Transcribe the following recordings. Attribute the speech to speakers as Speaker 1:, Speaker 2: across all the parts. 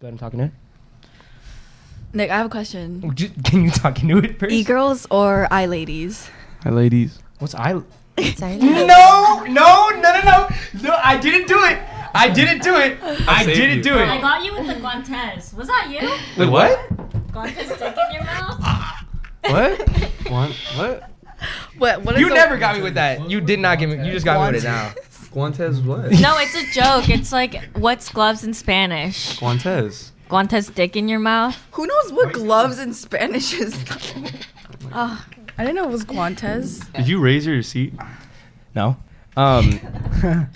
Speaker 1: Go ahead and talk into it.
Speaker 2: Nick, I have a question.
Speaker 1: Would you- Can you talk into it first?
Speaker 2: E girls or I ladies?
Speaker 3: Hi, ladies.
Speaker 1: What's I?
Speaker 4: Sorry.
Speaker 1: No, no, no, no, no, no! I didn't do it. I didn't do it. I
Speaker 3: saved
Speaker 1: didn't
Speaker 3: you.
Speaker 1: do
Speaker 5: I
Speaker 1: it.
Speaker 5: got you with the Guantes. Was that you?
Speaker 1: Wait, what?
Speaker 5: Guantes stick in your mouth?
Speaker 3: What? What? What?
Speaker 2: What? What is
Speaker 1: You
Speaker 2: the-
Speaker 1: never got me with that. You did not get me. You just got me with it now.
Speaker 3: Guantes what?
Speaker 5: No, it's a joke. It's like, what's gloves in Spanish?
Speaker 3: Guantes.
Speaker 5: Guantes dick in your mouth?
Speaker 2: Who knows what gloves in Spanish is? Ah, I didn't know it was guantes.
Speaker 3: Did you raise your seat?
Speaker 1: No. Um.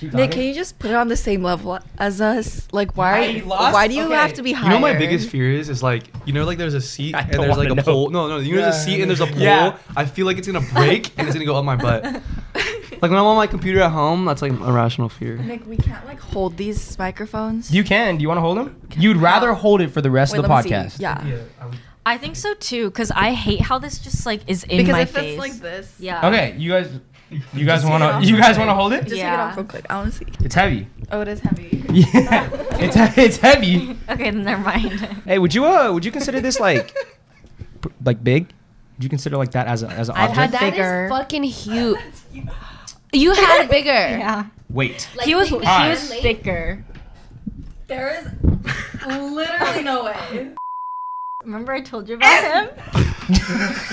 Speaker 2: Nick, can you just put it on the same level as us? Like, why?
Speaker 1: I lost?
Speaker 2: Why do you
Speaker 1: Okay.
Speaker 2: have to be
Speaker 3: You
Speaker 2: higher?
Speaker 3: know what my biggest fear is is like you know like there's a seat
Speaker 1: I
Speaker 3: and
Speaker 1: don't
Speaker 3: there's like a
Speaker 1: wanna know.
Speaker 3: pole. No, no, you know there's a
Speaker 1: Yeah.
Speaker 3: seat and there's a pole.
Speaker 1: Yeah.
Speaker 3: I feel like it's gonna break and it's gonna go up my butt. Like when I'm on my computer at home, that's like a rational fear.
Speaker 2: Nick, we can't like hold these microphones.
Speaker 1: You can. Do you want to hold him? You'd rather hold it for the rest
Speaker 2: Wait,
Speaker 1: of the
Speaker 2: let me see.
Speaker 1: podcast.
Speaker 2: Yeah.
Speaker 5: I think so too, because I hate how this just like is in
Speaker 2: Because
Speaker 5: my
Speaker 2: if
Speaker 5: face.
Speaker 2: it's like this,
Speaker 5: yeah.
Speaker 1: Okay, you guys. You guys
Speaker 2: take it
Speaker 1: want
Speaker 2: off
Speaker 1: to? You
Speaker 2: real
Speaker 1: guys want to hold it?
Speaker 2: just take it
Speaker 5: Yeah.
Speaker 2: off real quick. I want to see.
Speaker 1: It's heavy.
Speaker 2: Oh, it is heavy.
Speaker 1: Yeah. it's he- it's heavy.
Speaker 5: Okay, then never mind.
Speaker 1: Hey, would you uh would you consider this like pr- like big? Would you consider like that as a as an
Speaker 4: I've had
Speaker 1: object?
Speaker 4: that is
Speaker 5: Bigger.
Speaker 4: fucking huge. You had it bigger.
Speaker 5: yeah.
Speaker 1: Wait.
Speaker 4: Like,
Speaker 5: He was he
Speaker 4: think
Speaker 1: Alright.
Speaker 5: was thicker.
Speaker 2: There is literally no way.
Speaker 5: Remember I told you about him?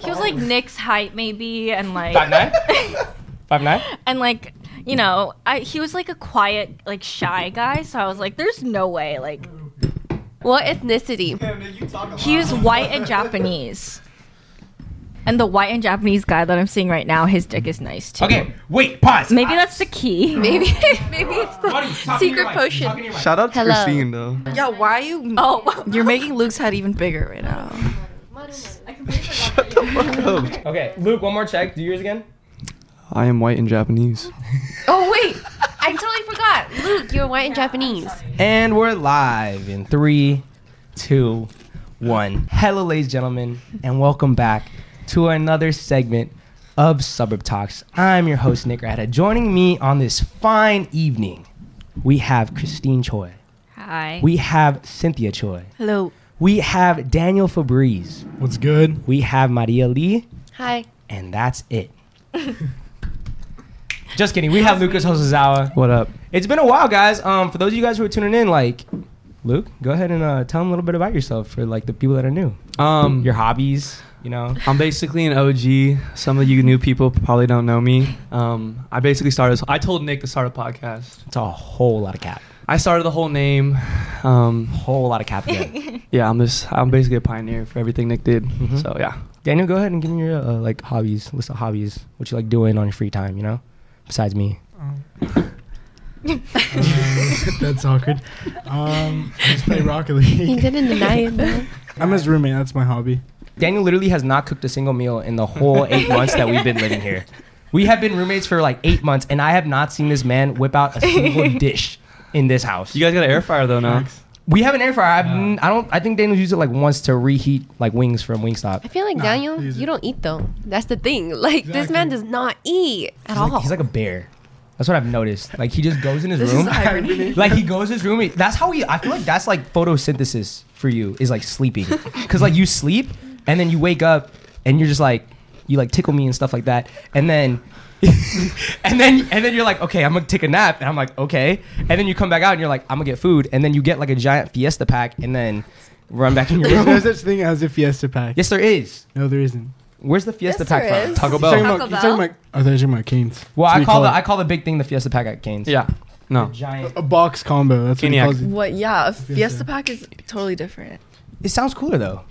Speaker 5: He was like Nick's height maybe and
Speaker 1: Five
Speaker 5: like
Speaker 1: nine. Five nine.
Speaker 5: and like you know, I he was like a quiet, like shy guy, so I was like, there's no way, like
Speaker 4: What ethnicity?
Speaker 5: He was white and Japanese. And the white and Japanese guy that I'm seeing right now, his dick is nice too.
Speaker 1: Okay. Wait. Pause.
Speaker 5: Maybe that's the key.
Speaker 4: Maybe maybe it's
Speaker 1: Buddy,
Speaker 4: the
Speaker 1: talk into your
Speaker 4: secret
Speaker 1: mic. Talk into
Speaker 4: potion.
Speaker 1: your mic.
Speaker 3: Shout out to
Speaker 4: Hello.
Speaker 3: Christine though.
Speaker 2: Yeah, why are you?
Speaker 5: Oh.
Speaker 2: You're making Luke's head even bigger right now.
Speaker 3: Shut the fuck up.
Speaker 1: Okay, Luke. One more check. Do yours again.
Speaker 3: I am white and Japanese.
Speaker 4: Oh wait, I totally forgot. Luke, you're white and Japanese.
Speaker 1: And we're live in three, two, one. Hello, ladies and gentlemen, and welcome back to another segment of Suburb Talks. I'm your host, Nick Rata. Joining me on this fine evening, we have Christine Choi.
Speaker 5: Hi.
Speaker 1: We have Cynthia Choi.
Speaker 2: Hello.
Speaker 1: We have Daniel Fabriz.
Speaker 3: What's good?
Speaker 1: We have Maria Lee.
Speaker 4: Hi.
Speaker 1: And that's it. Just kidding. We have Lucas Hosozawa.
Speaker 3: What up?
Speaker 1: It's been a while, guys. Um, for those of you guys who are tuning in, like Luke, go ahead and uh, tell them a little bit about yourself for like the people that are new.
Speaker 3: Um,
Speaker 1: Your hobbies, you know.
Speaker 3: I'm basically an OG. Some of you new people probably don't know me. Um, I basically started. I told Nick to start a podcast.
Speaker 1: It's a whole lot of cap,
Speaker 3: I started the whole name. Um,
Speaker 1: whole lot of cap. there.
Speaker 3: yeah, I'm just. I'm basically a pioneer for everything Nick did. So yeah.
Speaker 1: Daniel, go ahead and give me your uh, like hobbies. List of hobbies. What you like doing on your free time, you know, besides me.
Speaker 6: That's awkward. Um, I just play Rocket League.
Speaker 4: He didn't deny it. though.
Speaker 6: I'm his roommate. That's my hobby.
Speaker 1: Daniel literally has not cooked a single meal in the whole eight months that we've been living here. We have been roommates for like eight months, and I have not seen this man whip out a single dish in this house.
Speaker 3: You guys got an air fryer though now.
Speaker 1: We have an air fryer. I've, n- I don't. I think Daniel's used it like once to reheat like wings from Wingstop.
Speaker 4: I feel like
Speaker 6: Nah,
Speaker 4: Daniel,
Speaker 6: he's-
Speaker 4: you don't eat though. That's the thing. Like this man
Speaker 6: Exactly.
Speaker 4: does not eat at
Speaker 1: He's
Speaker 4: all.
Speaker 1: like, he's like a bear. That's what I've noticed. Like he just goes in his
Speaker 2: This is
Speaker 1: room.
Speaker 2: irony.
Speaker 1: like he goes his room. That's how he. I feel like that's like photosynthesis for you is like sleeping, because like you sleep and then you wake up and you're just like you like tickle me and stuff like that, and then. and then and then you're like, okay, I'm gonna take a nap, and I'm like, okay, and then you come back out and you're like, I'm gonna get food, and then you get like a giant fiesta pack, and then run back in your
Speaker 6: There's no
Speaker 1: room.
Speaker 6: such thing as a fiesta pack.
Speaker 1: yes, there is.
Speaker 6: No, there isn't.
Speaker 1: Where's the fiesta
Speaker 2: Yes,
Speaker 1: pack
Speaker 2: there
Speaker 1: from?
Speaker 2: is.
Speaker 3: Taco
Speaker 6: You're talking
Speaker 3: Bell.
Speaker 2: Taco
Speaker 6: about, you're talking
Speaker 2: Bell?
Speaker 6: about, oh, there's your canes.
Speaker 1: Well,
Speaker 6: That's
Speaker 1: I
Speaker 6: what
Speaker 1: call
Speaker 6: you
Speaker 1: the
Speaker 6: it.
Speaker 1: I call the big thing the fiesta pack at Canes.
Speaker 3: Yeah. No.
Speaker 1: giant.
Speaker 6: a box combo. That's what he
Speaker 3: Cognac.
Speaker 6: calls it.
Speaker 2: What? Yeah, a Fiesta Pack is totally different.
Speaker 1: It sounds cooler though.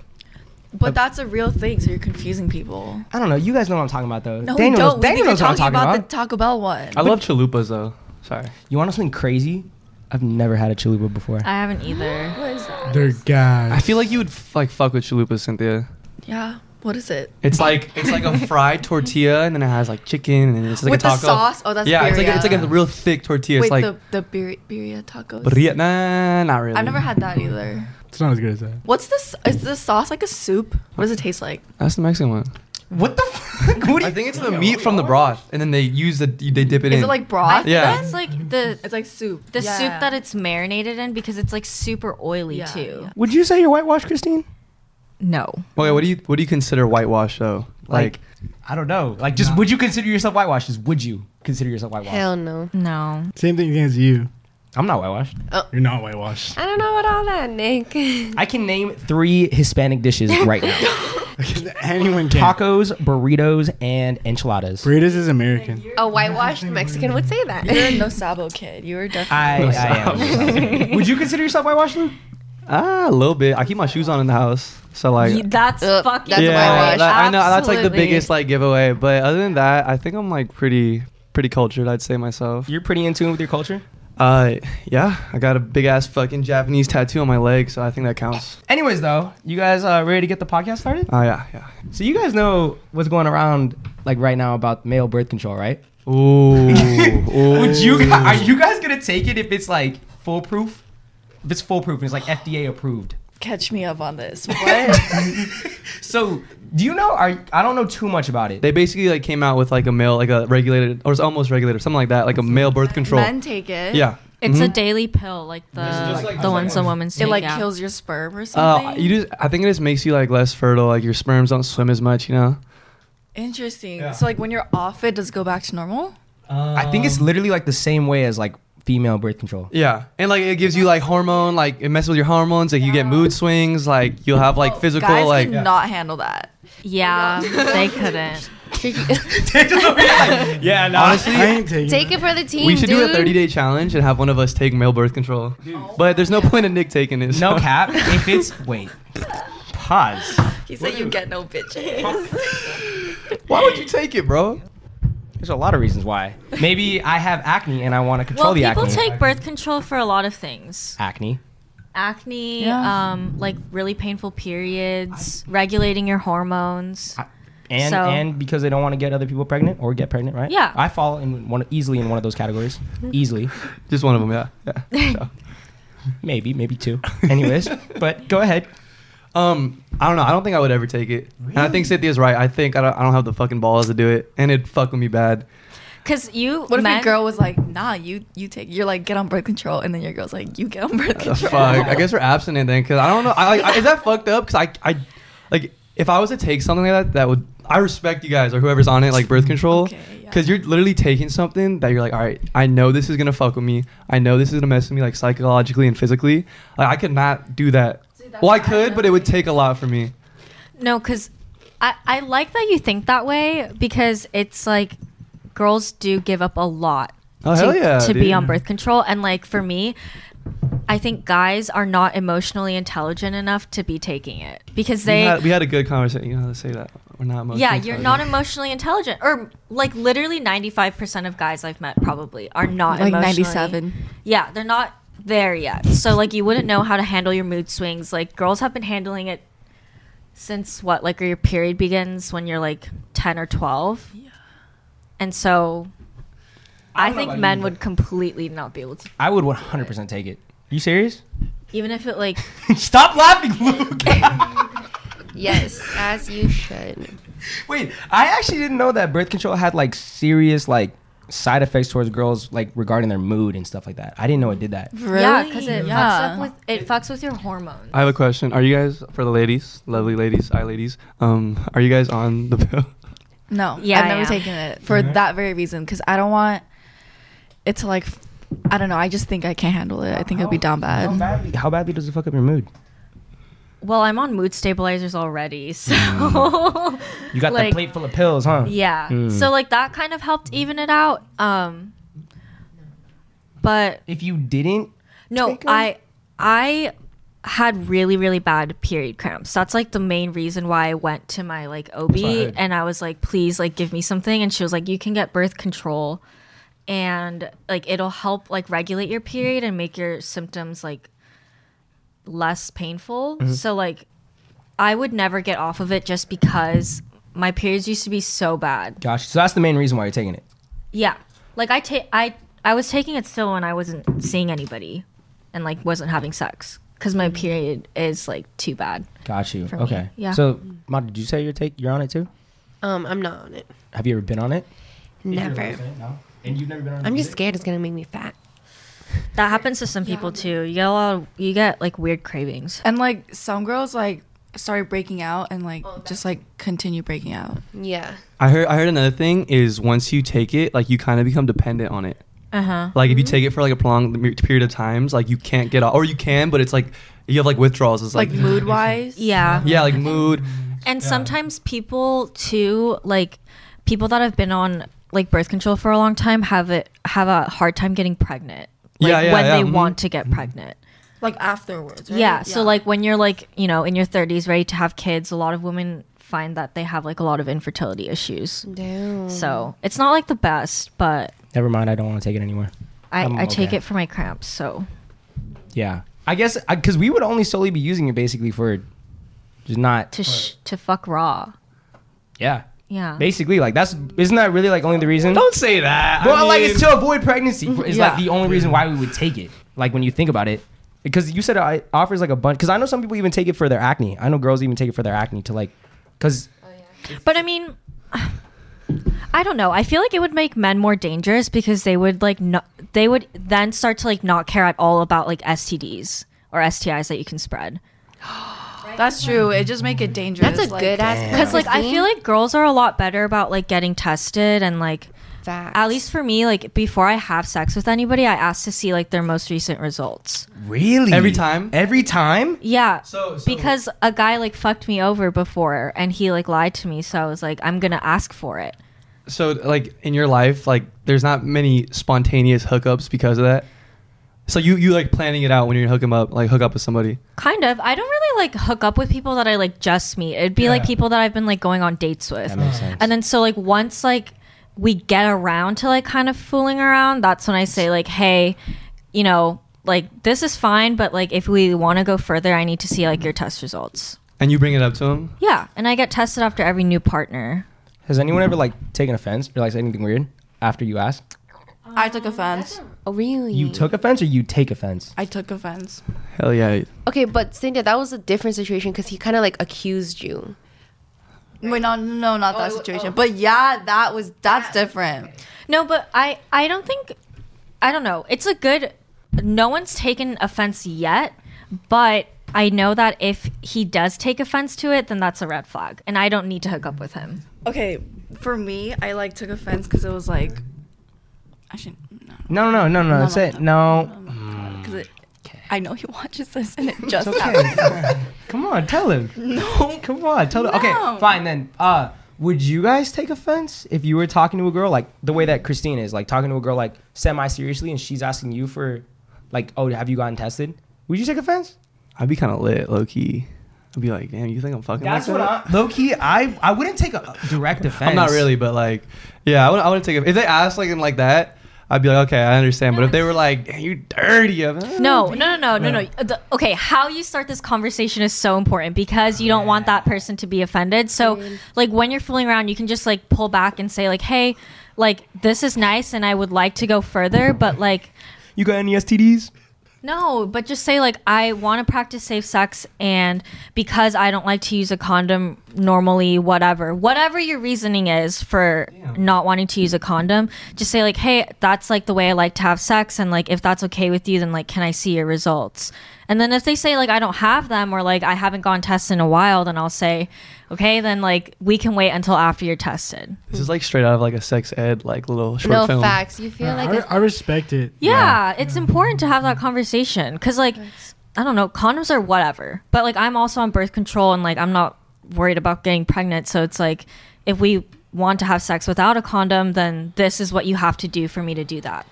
Speaker 2: But that's a real thing, so you're confusing people.
Speaker 1: I don't know. You guys know what I'm talking about though.
Speaker 2: No,
Speaker 1: Daniel
Speaker 2: we
Speaker 1: knows-
Speaker 2: don't.
Speaker 1: Daniel
Speaker 2: we
Speaker 1: knows what I'm talking about.
Speaker 2: the Taco Bell one.
Speaker 3: I love chalupas though. Sorry.
Speaker 1: you want to something crazy? I've never had a chalupa before.
Speaker 5: I haven't either.
Speaker 2: What is that?
Speaker 6: They're gas.
Speaker 3: I feel like you would f- like fuck with chalupa, Cynthia.
Speaker 2: Yeah. What is it?
Speaker 3: It's like it's like a fried tortilla, and then it has like chicken, and it's like
Speaker 2: With
Speaker 3: a taco.
Speaker 2: the sauce? Oh, that's
Speaker 3: yeah, it's like a, it's like a
Speaker 2: birria.
Speaker 3: real thick tortilla.
Speaker 2: Wait,
Speaker 3: it's like
Speaker 2: the the birria, birria tacos.
Speaker 3: birria. Nah, not really.
Speaker 2: I've never had that either.
Speaker 6: it's not as good as that.
Speaker 2: What's this? Is this sauce like a soup? What does it taste like?
Speaker 3: That's the Mexican one.
Speaker 1: What the fuck? What do
Speaker 3: I
Speaker 1: you-
Speaker 3: think it's the meat from the broth, and then they use the they dip it in.
Speaker 2: Is it like broth?
Speaker 3: Yeah.
Speaker 2: then?
Speaker 5: It's like the
Speaker 2: It's like soup.
Speaker 5: the
Speaker 2: Yeah.
Speaker 5: soup that it's marinated in because it's like super oily
Speaker 2: Yeah,
Speaker 5: too.
Speaker 2: yeah.
Speaker 1: Would you say you're whitewashed, Christine?
Speaker 5: No.
Speaker 3: Okay, what do you what do you consider whitewash though? Like,
Speaker 1: I don't know. Like, just would you consider yourself whitewashed? Just would you consider yourself whitewashed?
Speaker 7: Hell no.
Speaker 5: No.
Speaker 6: Same thing as you.
Speaker 1: I'm not whitewashed.
Speaker 6: You're not whitewashed.
Speaker 7: I don't know about all that, Nick.
Speaker 1: I can name three Hispanic dishes right now:
Speaker 6: Anyone can.
Speaker 1: tacos, burritos, and enchiladas.
Speaker 6: Burritos is American.
Speaker 7: A whitewashed Mexican would say that.
Speaker 2: You're a no Oh, sabo kid. You were
Speaker 1: I,
Speaker 2: definitely.
Speaker 1: I am. would you consider yourself whitewashed, Lou?
Speaker 3: ah, a little bit. I keep my shoes on in the house, so like,
Speaker 5: Ye- that's
Speaker 7: Ugh,
Speaker 5: fucking
Speaker 7: that's
Speaker 3: yeah,
Speaker 7: whitewash.
Speaker 3: that- I know that's like the
Speaker 5: Absolutely.
Speaker 3: biggest like giveaway. But other than that, I think I'm like pretty pretty cultured. I'd say myself.
Speaker 1: You're pretty in tune with your culture.
Speaker 3: Uh, yeah, I got a big ass fucking Japanese tattoo on my leg, so I think that counts.
Speaker 1: Anyways, though, you guys uh, ready to get the podcast started?
Speaker 3: Oh yeah, yeah.
Speaker 1: So you guys know what's going around like right now about male birth control, right?
Speaker 3: Ooh, ooh.
Speaker 1: Would you? gu- Are you guys gonna take it if it's like foolproof? If it's foolproof and it's like FDA approved.
Speaker 2: Catch me up on this. What?
Speaker 1: So do you know? Are I don't know too much about it.
Speaker 3: They basically like came out with like a male, like a regulated or it's almost regulated, something like that, like a male birth control.
Speaker 2: Men take it.
Speaker 3: Yeah.
Speaker 5: It's
Speaker 3: Mhm.
Speaker 5: a daily pill, like the
Speaker 6: just like-
Speaker 5: the ones the women
Speaker 2: It
Speaker 5: take.
Speaker 2: like
Speaker 5: yeah.
Speaker 2: kills your sperm or something.
Speaker 3: Uh, you just, I think it just makes you like less fertile. Like your sperms don't swim as much, you know.
Speaker 2: Interesting. So like when you're off it, does it go back to normal?
Speaker 1: I think
Speaker 2: Oh.
Speaker 1: it's literally like the same way as like female birth control.
Speaker 3: Yeah, and like it gives you like hormone, like it messes with your hormones. Like you get mood swings. Like you'll have like physical,
Speaker 2: Guys
Speaker 3: like
Speaker 2: cannot handle that.
Speaker 5: Yeah, they couldn't.
Speaker 3: yeah. Honestly,
Speaker 6: I ain't taking
Speaker 7: Take
Speaker 6: it.
Speaker 7: it for the team,
Speaker 3: we should
Speaker 7: dude.
Speaker 3: do a 30 day challenge and have one of us take male birth control.
Speaker 2: Oh
Speaker 3: But there's no point in Nick taking it.
Speaker 1: No
Speaker 3: so-
Speaker 1: cap. If it's wait, pause.
Speaker 2: He said you get no bitches.
Speaker 3: Why would you take it, bro?
Speaker 1: There's a lot of reasons why. Maybe I have acne and I want to control
Speaker 5: Well,
Speaker 1: the
Speaker 5: people
Speaker 1: acne.
Speaker 5: take birth control for a lot of things.
Speaker 1: acne.
Speaker 5: Acne,
Speaker 2: Yeah.
Speaker 5: um, like really painful periods, regulating your hormones.
Speaker 1: And,
Speaker 5: So-
Speaker 1: and because they don't want to get other people pregnant or get pregnant, right?
Speaker 5: Yeah.
Speaker 1: I fall in one easily in one of those categories. Easily.
Speaker 3: Just one of them, yeah. yeah. So.
Speaker 1: Maybe, maybe two. Anyways, but go ahead.
Speaker 3: Um, I don't know. I don't think I would ever take it. And I think Cynthia's right. I think I don't, I don't have the fucking balls to do it, and it'd fuck with me bad.
Speaker 5: Cause you,
Speaker 2: What if
Speaker 5: men,
Speaker 2: your girl was like, nah, you you take you're like get on birth control and then your girl's like, you get on birth
Speaker 3: The
Speaker 2: control.
Speaker 3: fuck. I guess we're abstinent then, because I don't know. I, I, is that fucked up? Because I, I, like, if I was to take something like that, that would. I respect you guys or whoever's on it, like birth control,
Speaker 2: Okay, yeah.
Speaker 3: because you're literally taking something that you're like, all right, I know this is gonna fuck with me. I know this is gonna mess with me, like psychologically and physically. Like I could not do that. well, I could, but it would take a lot for me.
Speaker 5: No, because I, I like that you think that way because it's like girls do give up a lot
Speaker 3: Oh
Speaker 5: to,
Speaker 3: hell yeah!
Speaker 5: to
Speaker 3: dude.
Speaker 5: be on birth control. And like for me, I think guys are not emotionally intelligent enough to be taking it because
Speaker 3: We
Speaker 5: they.
Speaker 3: had, we had a good conversation. You know how to say that we're not. emotionally
Speaker 5: yeah, you're not
Speaker 3: intelligent.
Speaker 5: emotionally intelligent, or like literally 95% of guys I've met probably are not
Speaker 2: like
Speaker 5: emotionally-
Speaker 2: ninety seven.
Speaker 5: Yeah, they're not there yet. So like you wouldn't know how to handle your mood swings. Like girls have been handling it since what? Like your period begins when you're like 10 or 12. And so I, think men would completely not be able to
Speaker 1: I would 100% take it. You serious?
Speaker 5: even if it like
Speaker 1: Stop laughing, Luke.
Speaker 7: Yes, as you should.
Speaker 1: Wait, I actually didn't know that birth control had like serious like side effects towards girls like regarding their mood and stuff like that. I didn't know it did that.
Speaker 2: Really?
Speaker 5: yeah, cuz it fucks
Speaker 2: Yeah.
Speaker 5: up with it fucks with your hormones.
Speaker 3: I have a question. Are you guys for the ladies, lovely ladies, I ladies? Um, are you guys on the pill?
Speaker 2: No.
Speaker 5: Yeah,
Speaker 2: I've never
Speaker 5: yeah.
Speaker 2: taken it for that very reason because I don't want it to like. f- I don't know. I just think I can't handle it. I think it'll be down
Speaker 1: How
Speaker 2: bad.
Speaker 1: badly, how badly does it fuck up your mood?
Speaker 5: well, I'm on mood stabilizers already. So
Speaker 1: You got
Speaker 5: Like-
Speaker 1: the plate full of pills, huh?
Speaker 5: Yeah. So like that kind of helped even it out. Um but
Speaker 1: If you didn't,
Speaker 5: no,
Speaker 1: Take 'em.
Speaker 5: I I had really really bad period cramps. That's like the main reason why I went to my like OB
Speaker 1: what I heard.
Speaker 5: and I was like please like give me something and she was like you can get birth control and like it'll help like regulate your period and make your symptoms like less painful. So like I would never get off of it just because my periods used to be so bad.
Speaker 1: Gosh, so that's the main reason why you're taking it.
Speaker 5: Yeah. Like I take I I was taking it still when I wasn't seeing anybody and like wasn't having sex cuz my period is like too bad.
Speaker 1: Got you.
Speaker 5: For me,
Speaker 1: okay.
Speaker 5: yeah.
Speaker 1: So, Ma, did you say you're take you're on it too?
Speaker 7: Um, I'm not on it.
Speaker 1: Have you ever been on it?
Speaker 7: Never.
Speaker 1: No. And you've never been on
Speaker 7: I'm just scared it's gonna make me fat.
Speaker 5: That happens to some people too. You get a lot of, you get like weird cravings.
Speaker 2: And like some girls like started breaking out and like
Speaker 5: Oh,
Speaker 2: just like continue breaking out.
Speaker 7: Yeah.
Speaker 3: I heard I heard another thing is once you take it, like you kind of become dependent on it.
Speaker 5: Uh-huh.
Speaker 3: Like if you take it for like a prolonged me- period of times, like you can't get off, or you can, but it's like you have like withdrawals. It's like,
Speaker 2: Like mood wise.
Speaker 5: Yeah.
Speaker 3: yeah, like mood.
Speaker 5: And sometimes people too, like people that have been on like birth control for a long time, have it have a hard time getting pregnant. Like
Speaker 3: Yeah, yeah,
Speaker 5: when
Speaker 3: yeah,
Speaker 5: they
Speaker 3: mhm.
Speaker 5: want to get pregnant.
Speaker 2: Like afterwards.
Speaker 5: Yeah, So like when you're like, you know, in your thirties, ready to have kids, a lot of women find that they have like a lot of infertility issues.
Speaker 7: Damn.
Speaker 5: So it's not like the best, but
Speaker 1: Never mind. I don't want to take it anymore.
Speaker 5: I,
Speaker 1: I'm
Speaker 5: I take
Speaker 1: okay.
Speaker 5: it for my cramps. So
Speaker 1: Yeah. I guess because we would only solely be using it basically for just not.
Speaker 5: to sh- to fuck raw.
Speaker 1: Yeah.
Speaker 5: Yeah.
Speaker 1: Basically, like that's isn't that really like only the reason?
Speaker 3: Don't say that. I
Speaker 1: Well, like
Speaker 3: mean-
Speaker 1: it's to avoid pregnancy. It's
Speaker 2: Yeah.
Speaker 1: like the only reason why we would take it. Like when you think about it, because you said it offers like a bunch. Because I know some people even take it for their acne. I know girls even take it for their acne to like, because
Speaker 5: But I mean, I don't know. I feel like it would make men more dangerous because they would like no, they would then start to like not care at all about like STDs or STIs that you can spread.
Speaker 2: That's true. It just make it dangerous.
Speaker 7: That's a
Speaker 2: like-
Speaker 7: good ass.
Speaker 5: Because like I feel like girls are a lot better about like getting tested and like
Speaker 7: Facts.
Speaker 5: at least for me like before I have sex with anybody, I ask to see like their most recent results.
Speaker 1: really
Speaker 3: Every time?
Speaker 1: every time.
Speaker 5: Yeah.
Speaker 3: So- so-
Speaker 5: because a guy like fucked me over before and he like lied to me, so I was like I'm going to ask for it.
Speaker 3: So like in your life, like there's not many spontaneous hookups because of that. So you you like planning it out when you're gonna hook 'em up, like hook up with somebody.
Speaker 5: Kind of. I don't really like hook up with people that I like just meet. It'd be like
Speaker 6: Yeah.
Speaker 5: people that I've been like going on dates with.
Speaker 1: That makes sense.
Speaker 5: And then so like once like we get around to like kind of fooling around, that's when I say like, "Hey, you know, like this is fine, but like if we want to go further, I need to see like your test results."
Speaker 3: And you bring it up to him.
Speaker 5: Yeah, and I get tested after every new partner.
Speaker 1: Has anyone ever like taken offense or like said anything weird after you asked?
Speaker 2: I took offense.
Speaker 7: oh, really.
Speaker 1: You took offense or you take offense?
Speaker 2: I took offense.
Speaker 3: Hell yeah.
Speaker 7: Okay, but Cynthia, that was a different situation because he kind of like accused you.
Speaker 2: Wait, no, no, not that situation. But yeah, that was that's different.
Speaker 5: No, but I I don't think I don't know. It's a good no one's taken offense yet, but I know that if he does take offense to it, then that's a red flag and I don't need to hook up with him.
Speaker 2: Okay, for me, I like took offense because it was like, I shouldn't. No.
Speaker 1: No, no, no, no, no. That's
Speaker 2: no,
Speaker 1: it. No.
Speaker 2: because it, I know he watches this and it just
Speaker 1: It's okay.
Speaker 2: happened.
Speaker 1: Come on, tell him.
Speaker 2: No.
Speaker 1: Come on, tell the
Speaker 2: No.
Speaker 1: Okay, fine then. Uh, would you guys take offense if you were talking to a girl like the way that Christine is, like talking to a girl like semi seriously, and she's asking you for, like, oh, have you gotten tested? Would you take offense?
Speaker 3: I'd be kind of lit, low key. I'd be like, damn, you think I'm fucking?
Speaker 1: That's
Speaker 3: like
Speaker 1: what
Speaker 3: that?
Speaker 1: I low key. I I wouldn't take a direct offense.
Speaker 3: I'm not really, but like, yeah, I would. I would take it if they asked like in like that. I'd be like, okay, I understand. But if they were like, damn, you dirty, I'm, eh.
Speaker 5: No, no, no, no, no, no. The- okay, how you start this conversation is so important because you don't want that person to be offended. So, like, when you're fooling around, you can just like pull back and say, like, hey, like, this is nice and I would like to go further, but like,
Speaker 1: You got any STDs?
Speaker 5: No, but just say like I want to practice safe sex and because I don't like to use a condom normally whatever. Whatever your reasoning is for not wanting to use a condom, just say like hey, that's like the way I like to have sex and like if that's okay with you then like can I see your results? And then if they say like I don't have them or like I haven't gone tested in a while, then I'll say okay, then like we can wait until after you're tested.
Speaker 3: this is like straight out of like a sex ed like little short
Speaker 7: no
Speaker 3: film.
Speaker 7: facts. You feel
Speaker 6: Yeah,
Speaker 7: like
Speaker 6: I,
Speaker 7: a
Speaker 6: I respect it.
Speaker 5: Yeah, it's important to have that conversation because, like, I don't know, condoms are whatever, but like, I'm also on birth control and like, I'm not worried about getting pregnant. So it's like, if we want to have sex without a condom, then this is what you have to do for me to do that.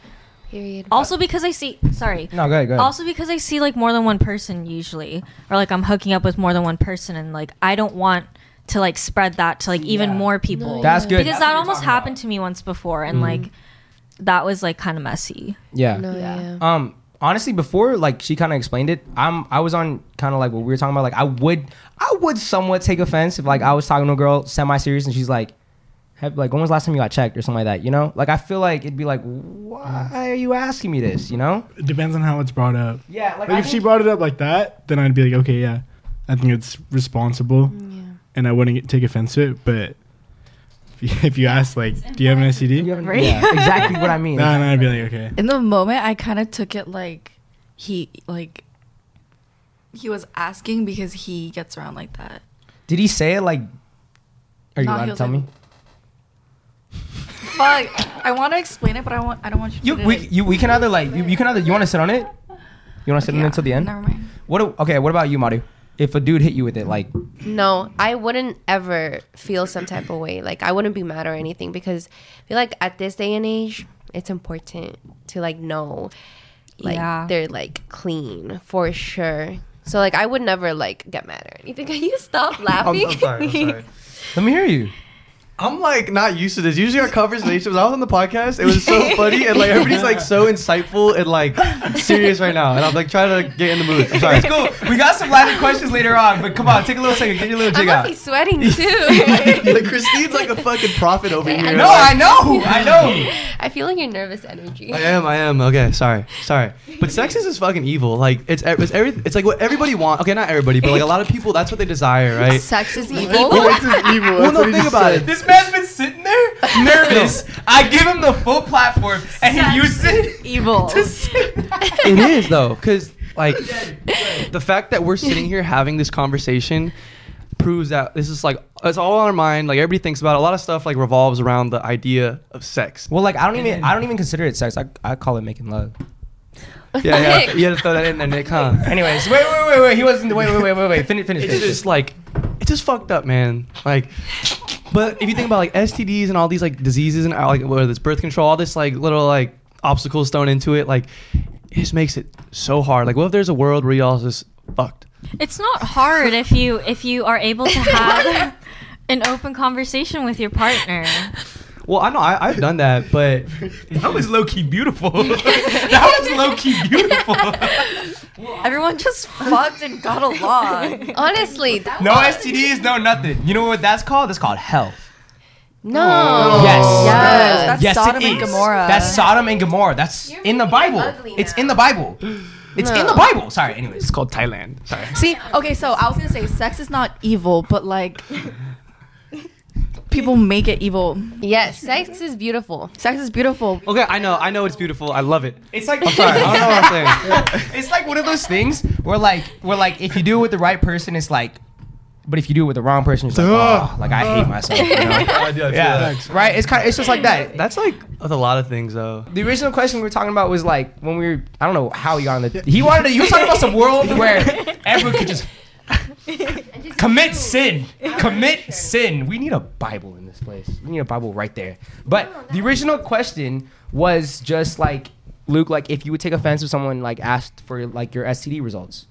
Speaker 7: period.
Speaker 5: Also, because I see, sorry.
Speaker 1: Uh, No, go ahead, go ahead.
Speaker 5: Also, because I see like more than one person usually, or like I'm hooking up with more than one person, and like I don't want to like spread that to like even more people.
Speaker 1: That's good. Mm-hmm.
Speaker 5: Because that almost happened to me once before, and like that was like kind of messy.
Speaker 1: Yeah.
Speaker 7: No, Oh, yeah.
Speaker 1: Um, honestly, before like she kind of explained it, I'm I was on kind of like what we were talking about. Like I would I would somewhat take offense if like I was talking to a girl semi serious and she's like, have, like when was the last time you got checked or something like that? You know, like I feel like it'd be like, why are you asking me this? You know?
Speaker 6: It depends on how it's brought up.
Speaker 1: Yeah. Like,
Speaker 6: Like if she brought it up like that, then I'd be like, okay, yeah, I think it's responsible, and I wouldn't get, take offense to it. But if you, if you ask, like, do you have an STD?
Speaker 5: Right?
Speaker 1: yeah, exactly what I mean.
Speaker 6: Nah, nah, I'd be like, okay.
Speaker 2: In the moment, I kind of took it like he like he was asking because he gets around like that.
Speaker 1: Did he say it like? Are you
Speaker 2: No,
Speaker 1: allowed
Speaker 2: he
Speaker 1: to
Speaker 2: was
Speaker 1: tell
Speaker 2: like-
Speaker 1: me?
Speaker 2: Fuck, I want to explain it, but I want I don't want you. To
Speaker 1: You
Speaker 2: put it
Speaker 1: we
Speaker 2: in.
Speaker 1: you, we can either like you, you can either you want to sit on it. You want to sit on it
Speaker 2: Yeah,
Speaker 1: until the end.
Speaker 2: Never mind.
Speaker 1: What? do- Okay. What about you, Madu? If a dude hit you with it, like
Speaker 7: No, I wouldn't ever feel some type of way. Like I wouldn't be mad or anything because I feel like at this day and age, it's important to like know like
Speaker 5: Yeah.
Speaker 7: they're like clean for sure. So like I would never like get mad or anything. Can you stop laughing?
Speaker 3: I'm sorry. I'm sorry.
Speaker 1: let me hear you.
Speaker 3: I'm like not used to this. Usually our conversations, I was on the podcast, it was so funny and like everybody's like so insightful and like serious right now. And I'm like trying to get in the mood. I'm sorry.
Speaker 1: It's cool. We got some laughter questions later on, but come on, take a little second, get your little
Speaker 7: I'm
Speaker 1: jig out.
Speaker 7: gonna be sweating too.
Speaker 3: like Christine's like a fucking prophet over here.
Speaker 1: No, I know, I know.
Speaker 7: I feel like your nervous energy.
Speaker 3: I am, I am. Okay, sorry, sorry. But sexist is fucking evil. Like it's ev- it's every it's like what everybody wants. Okay, not everybody, but like a lot of people. That's what they desire, right?
Speaker 7: Sex is evil.
Speaker 6: Sex is evil.
Speaker 3: Well,
Speaker 6: That's
Speaker 3: no,
Speaker 6: what he
Speaker 3: think
Speaker 6: just
Speaker 3: about
Speaker 6: said.
Speaker 3: it.
Speaker 1: This man's been sitting there nervous. I give him the full platform, and he uses it.
Speaker 5: Evil.
Speaker 3: it is though, because like the fact that we're sitting here having this conversation proves that this is like it's all on our mind. Like everybody thinks about it. a lot of stuff. Like revolves around the idea of sex.
Speaker 1: Well, like I don't even I don't even consider it sex. I, I call it making love.
Speaker 3: Yeah, yeah. You had to throw that in there, Nick. Huh?
Speaker 1: Anyways, wait, wait, wait, wait. He wasn't. Wait, wait, wait, wait, wait. Finish, finish.
Speaker 3: it's
Speaker 1: finish.
Speaker 3: just like it's just fucked up, man. Like, but if you think about like STDs and all these like diseases and uh, like whether it's birth control, all this like little like obstacles thrown into it, like it just makes it so hard. Like, what if there's a world where y'all just fucked?
Speaker 5: It's not hard if you if you are able to have an open conversation with your partner.
Speaker 3: Well, I know I, I've done that, but
Speaker 1: that was low key beautiful. that was low key beautiful.
Speaker 2: Everyone just fucked and got along.
Speaker 7: Honestly,
Speaker 1: No STDs, no nothing. You know what that's called? That's called health.
Speaker 7: no.
Speaker 1: Yes.
Speaker 2: Yes, that's
Speaker 1: yes,
Speaker 2: Sodom
Speaker 1: it
Speaker 2: and
Speaker 1: is.
Speaker 2: Gomorrah.
Speaker 1: That's Sodom and Gomorrah. That's in the Bible. It's in the Bible. It's in the Bible. Sorry. Anyways,
Speaker 3: it's called Thailand. Sorry.
Speaker 2: See, okay, so I was gonna say sex is not evil, but like people make it evil.
Speaker 7: Yes, sex is beautiful.
Speaker 2: Sex is beautiful.
Speaker 3: Okay, I know, I know it's beautiful. I love it.
Speaker 1: it's like um,
Speaker 3: Sorry, I don't know what I'm saying.
Speaker 1: it's like one of those things where like where like if you do it with the right person, it's like, but if you do it with the wrong person, it's like,
Speaker 6: Ugh.
Speaker 1: oh, like I hate myself. you know?
Speaker 3: I do, I feel
Speaker 1: Yeah.
Speaker 3: that.
Speaker 1: Right. It's kind. Of, it's just like that.
Speaker 3: That's like with a lot of things though.
Speaker 1: The original question we were talking about was like when we were. I don't know how he got on the. He wanted. To, he was talking about some world where everyone could just. Commit sin. Commit sin. We need a Bible in this place. We need a Bible right there. But the original question was just like Luke, like if you would take offense if someone like asked for like your STD results.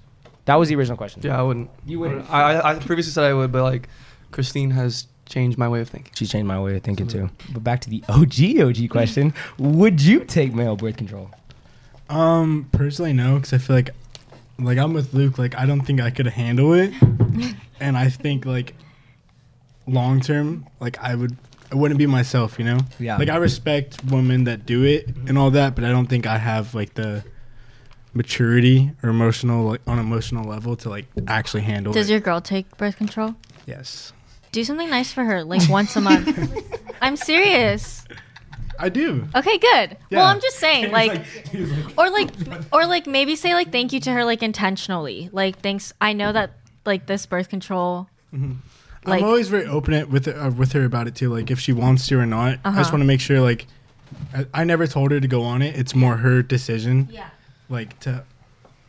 Speaker 1: That was the original question.
Speaker 3: Yeah, I wouldn't.
Speaker 1: You wouldn't.
Speaker 3: I, I I previously said I would, but like Christine has changed my way of thinking.
Speaker 1: She changed my way of thinking too. But back to the OG OG question: Would you take male birth control?
Speaker 6: Um, personally, no, because I feel like, like I'm with Luke. Like I don't think I could handle it, and I think like long term, like I would, I wouldn't be myself. You know.
Speaker 1: Yeah.
Speaker 6: Like I respect women that do it and all that, but I don't think I have like the maturity or emotional, like on emotional level to like actually handle
Speaker 5: Does
Speaker 6: it.
Speaker 5: your girl take birth control?
Speaker 6: yes,
Speaker 5: Do something nice for her, like once a month. I'm serious.
Speaker 6: I do.
Speaker 5: Okay, good.
Speaker 6: Yeah.
Speaker 5: Well, I'm just saying, like, or like, or like, maybe say like thank you to her, like intentionally, like thanks. I know that like this birth control, like,
Speaker 6: Mm-hmm. I'm always very open it with uh, with her about it too. Like if she wants to or not, I
Speaker 5: Uh-huh.
Speaker 6: just want to make sure. Like I, I never told her to go on it. It's more her decision.
Speaker 5: yeah,
Speaker 6: Like to,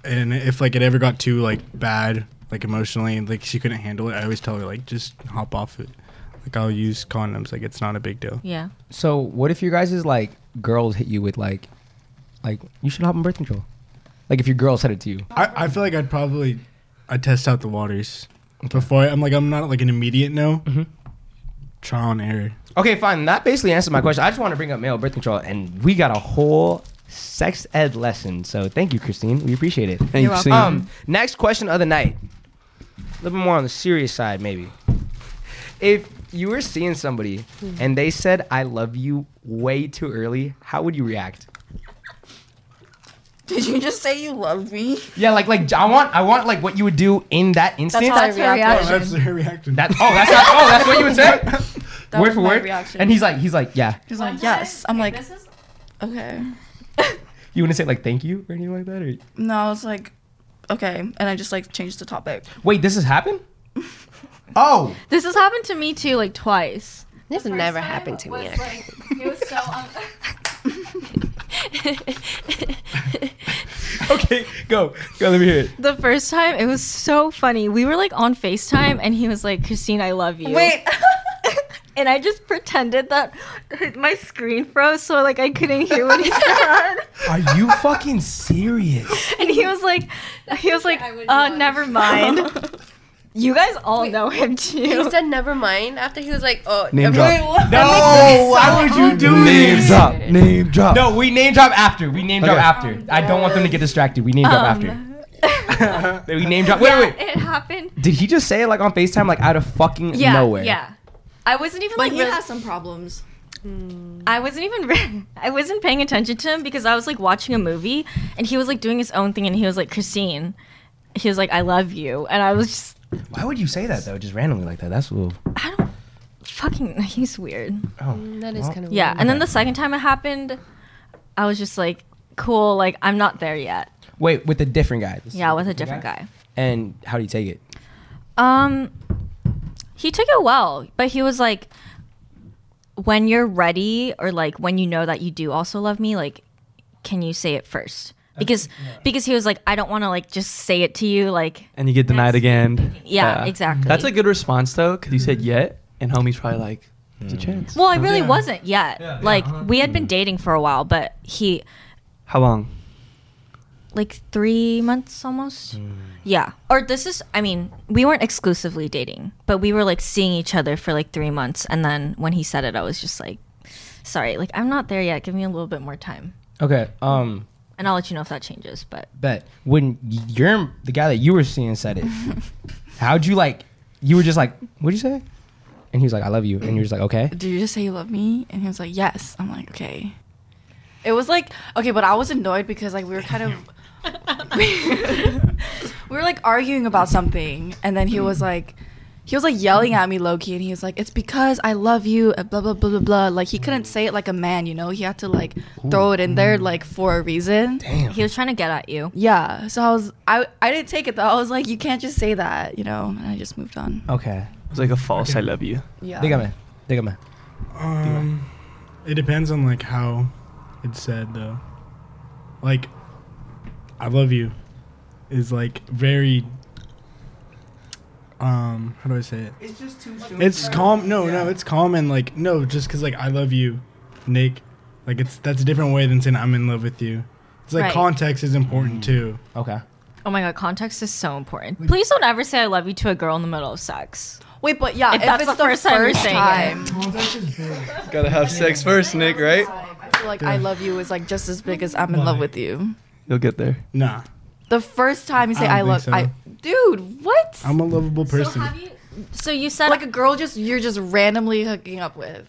Speaker 6: and if like it ever got too like bad, like emotionally, and like she couldn't handle it, I always tell her like just hop off it. Like I'll use condoms. Like it's not a big deal.
Speaker 5: yeah.
Speaker 1: So what if your guys is like girls hit you with like, like you should hop on birth control? Like if your girl said it to you,
Speaker 6: I, I feel like I'd probably
Speaker 5: Mm-hmm.
Speaker 6: I test out the waters before I, I'm like I'm not like an immediate no. trial and error.
Speaker 1: Okay, fine. That basically answers my question. I just want to bring up male birth control, and we got a whole sex ed lesson. So thank you, Christine. We appreciate it.
Speaker 3: And
Speaker 2: You're
Speaker 3: you've
Speaker 2: welcome.
Speaker 3: seen
Speaker 1: Um, next question of the night. A little bit more on the serious side, maybe. If you were seeing somebody and they said "I love you" way too early, how would you react?
Speaker 2: Did you just say you love me?
Speaker 1: Yeah, like like I want I want like what you would do in that instant.
Speaker 2: how I That's her reacted. reaction.
Speaker 6: Oh, that's their reaction.
Speaker 1: That- oh that's not, oh that's what you would say.
Speaker 2: That
Speaker 1: word
Speaker 2: was
Speaker 1: for
Speaker 2: my
Speaker 1: word.
Speaker 2: reaction.
Speaker 1: And he's like he's like yeah.
Speaker 2: He's like, yes. I'm like,
Speaker 5: This is
Speaker 2: okay.
Speaker 1: You wouldn't say like thank you or anything like that. Or
Speaker 2: No, I was like, okay. And I just like changed the topic.
Speaker 1: wait, this has happened. Oh,
Speaker 5: this has happened to me too, like twice.
Speaker 7: This never happened to me. actually.
Speaker 4: It was so un-
Speaker 1: okay, go go. Let me hear it.
Speaker 5: The first time, it was so funny. We were like on FaceTime, and he was like, "Christine, I love you."
Speaker 2: Wait.
Speaker 5: and I just pretended that my screen froze, so like I couldn't hear what he said.
Speaker 1: Are you fucking serious?
Speaker 5: And he was like, he was like, uh, never mind. You guys all know him
Speaker 7: He
Speaker 5: too.
Speaker 7: said never mind after he was like, oh,
Speaker 3: Name
Speaker 7: I'm
Speaker 3: drop.
Speaker 7: like, what?
Speaker 1: No, why would you Um, do
Speaker 3: name
Speaker 1: this?
Speaker 3: drop, name drop.
Speaker 1: No, we name drop after. We name drop
Speaker 3: Okay.
Speaker 1: after. I don't want them to get distracted. We name drop after. we name drop. Wait, wait.
Speaker 5: Um, It happened.
Speaker 1: Did he just say it like on Facetime, like out of fucking
Speaker 5: Yeah,
Speaker 1: nowhere?
Speaker 5: yeah. I wasn't even
Speaker 2: But
Speaker 5: like
Speaker 2: he
Speaker 5: really-
Speaker 2: has some problems.
Speaker 5: I wasn't even re- I wasn't paying attention to him because I was like watching a movie and he was like doing his own thing and he was like Christine. He was like I love you and I was just
Speaker 1: Why would you say that though? Just randomly like that. That's a little.
Speaker 5: I don't fucking he's weird. Mm,
Speaker 1: Oh.
Speaker 7: That is kind of
Speaker 5: Yeah, and then
Speaker 1: Okay.
Speaker 5: the second time it happened I was just like cool like I'm not there yet.
Speaker 1: Wait, with a different guy. This is
Speaker 5: Yeah, with a different guy.
Speaker 1: And how do you take it?
Speaker 5: Um, he took it well, but he was like, when you're ready, or like when you know that you do also love me, like, can you say it first? Because because he was like, I don't want to like just say it to you, like
Speaker 3: and you get denied again.
Speaker 5: yeah, exactly.
Speaker 3: That's a good response though, because you said yet, and homie's probably like, "It's a chance."
Speaker 5: well, I
Speaker 3: Huh?
Speaker 5: really wasn't yet. like we had been dating for a while, but he
Speaker 3: How long?
Speaker 5: like three months almost.
Speaker 1: Hmm.
Speaker 5: Yeah. Or this is, I mean, we weren't exclusively dating, but we were like seeing each other for like three months. And then when he said it, I was just like, sorry, like I'm not there yet. Give me a little bit more time.
Speaker 1: Okay. Um.
Speaker 5: And I'll let you know if that changes. But
Speaker 1: But when you're the guy that you were seeing said it, how'd you like? You were just like, what'd you say? And he was like, I love you. And you're just like, okay.
Speaker 2: Did you just say you love me? And he was like, yes. I'm like, okay. It was like, okay, but I was annoyed because like we were kind of. we were like arguing about something and then he was like he was like yelling at me low-key and he was like it's because i love you and blah blah blah blah blah like he couldn't say it like a man you know he had to like throw it in there like for a reason
Speaker 5: he was trying to get at you.
Speaker 2: yeah so i was i i didn't take it though i was like you can't just say that you know and i just moved on
Speaker 1: Okay.
Speaker 3: It's like a false "I love you."
Speaker 2: yeah
Speaker 1: Dígame. Dígame.
Speaker 6: Um, it depends on like how it's said though. Like, I love you is like very. Um, how do I say it? It's just too. It's calm. No, no, it's calm and like no, just because like I love you, Nick. Like it's that's a different way than saying I'm in love with you. It's like
Speaker 5: Right.
Speaker 6: context is important too.
Speaker 1: Okay.
Speaker 5: Oh my God, context is so important. Please don't ever say I love you to a girl in the middle of sex.
Speaker 2: wait but yeah
Speaker 5: If
Speaker 2: if,
Speaker 5: that's
Speaker 2: it's
Speaker 5: the
Speaker 2: the,
Speaker 5: first
Speaker 2: first,
Speaker 5: time you're saying it.
Speaker 2: time
Speaker 6: Context is big.
Speaker 3: Gotta have sex first, Nick. Right?
Speaker 2: I feel like I love you is like just as big as I'm in love with you.
Speaker 3: You'll get there.
Speaker 6: Nah,
Speaker 2: The first time you say
Speaker 6: I
Speaker 2: I,
Speaker 6: don't
Speaker 2: love
Speaker 6: think
Speaker 2: I dude, what?
Speaker 6: I'm a lovable person.
Speaker 5: you? So you said
Speaker 2: like a girl just you're just randomly hooking up with.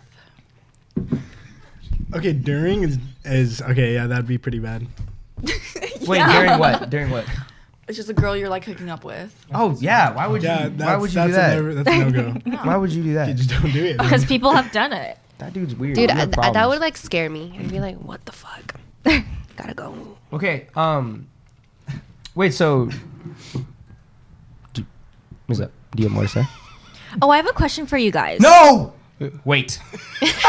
Speaker 6: okay, during is, is okay. Yeah, that'd be pretty bad.
Speaker 1: Wait, during what? During what?
Speaker 2: It's just a girl you're like hooking up with.
Speaker 1: Oh yeah. Why would
Speaker 6: Yeah,
Speaker 1: you?
Speaker 6: that's,
Speaker 1: Why would you
Speaker 6: that's
Speaker 1: do that?
Speaker 6: A never, that's a no go.
Speaker 1: Why would you do
Speaker 6: You
Speaker 1: that?
Speaker 6: just don't do it.
Speaker 5: because people have done it.
Speaker 1: That dude's weird.
Speaker 7: Dude,
Speaker 1: You
Speaker 7: I,
Speaker 1: have
Speaker 7: I- that
Speaker 1: problems.
Speaker 7: would like scare me. I'd be like, what the fuck? Gotta go.
Speaker 1: Okay. Um. Wait. So. Do, what's up? Do you have more to say?
Speaker 5: Oh, I have a question for you guys.
Speaker 1: No. Wait.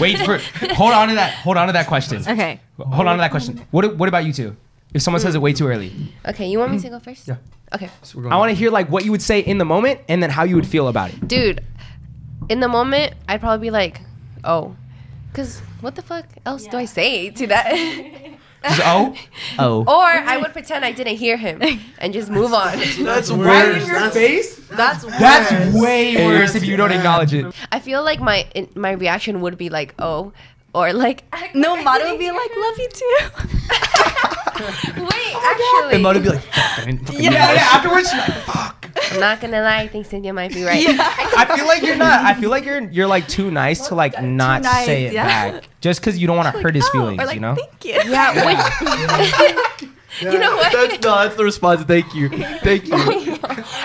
Speaker 1: Wait for. Hold on to that. Hold on to that question.
Speaker 5: Okay.
Speaker 1: Hold on to that question. What What about you two? If someone says it way too early,
Speaker 7: Okay, you want me to go first?
Speaker 1: Yeah.
Speaker 7: Okay.
Speaker 3: So we're going
Speaker 1: I want to hear like what you would say in the moment and then how you would feel about it.
Speaker 7: Dude, in the moment, I'd probably be like, oh. Because what the fuck else do I say to that?
Speaker 1: Just, oh, oh.
Speaker 7: Or I would pretend I didn't hear him and just move on.
Speaker 3: That's
Speaker 1: Right in your face.
Speaker 7: That's worse.
Speaker 1: That's way worse if you don't acknowledge it.
Speaker 7: I feel like my in- my reaction would be like, oh, or like
Speaker 2: No, Mata would be like, love you too.
Speaker 3: And
Speaker 7: actually,
Speaker 3: Mud would be like, fuck, I didn't fucking
Speaker 1: Yeah,
Speaker 3: know
Speaker 1: yeah.
Speaker 3: this.
Speaker 1: Afterwards, you're like, fuck.
Speaker 7: I'm not gonna lie, I think Cynthia might be right.
Speaker 1: I feel like you're not. I feel like you're you're like too nice to like not
Speaker 2: nice,
Speaker 1: say it
Speaker 2: yeah.
Speaker 1: back, just because you don't want to hurt his feelings.
Speaker 2: or like,
Speaker 1: you know.
Speaker 2: thank you.
Speaker 7: Yeah, which you know what?
Speaker 3: That's, no, that's the response. Thank you. Thank you.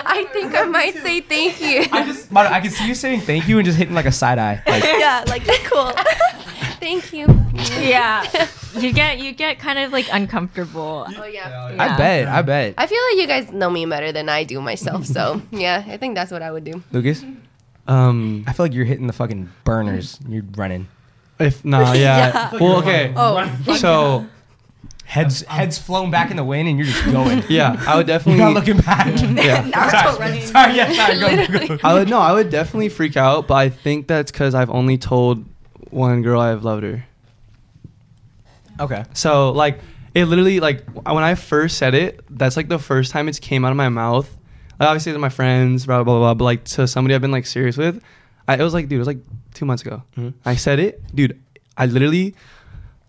Speaker 7: I think I might say thank you.
Speaker 1: I just, Mara, I can see you saying thank you and just hitting like a side eye. Like,
Speaker 2: Yeah, like you're cool.
Speaker 7: thank you.
Speaker 5: yeah, you get you get kind of like uncomfortable.
Speaker 7: Oh yeah.
Speaker 1: I bet, I bet.
Speaker 7: I feel like you guys know me better than I do myself, so yeah, I think that's what I would do.
Speaker 1: Lucas,
Speaker 3: Um,
Speaker 1: I feel like you're hitting the fucking burners.
Speaker 5: Mm.
Speaker 1: You're running.
Speaker 3: if nah, yeah. Well, okay. So
Speaker 1: Heads, heads flown back in the wind, and you're just going.
Speaker 3: yeah, I would
Speaker 1: You're
Speaker 3: definitely.
Speaker 1: not looking back.
Speaker 3: yeah.
Speaker 1: Sorry, yeah, sorry, go, go.
Speaker 3: I would no, I would definitely freak out, but I think that's because I've only told one girl I've loved her.
Speaker 1: Okay.
Speaker 3: So like, it literally like when I first said it, that's like the first time it came out of my mouth. Like, obviously to my friends, blah blah blah, but like to somebody I've been like serious with, I, it was like dude, it was like two months ago. I said it, dude. I literally.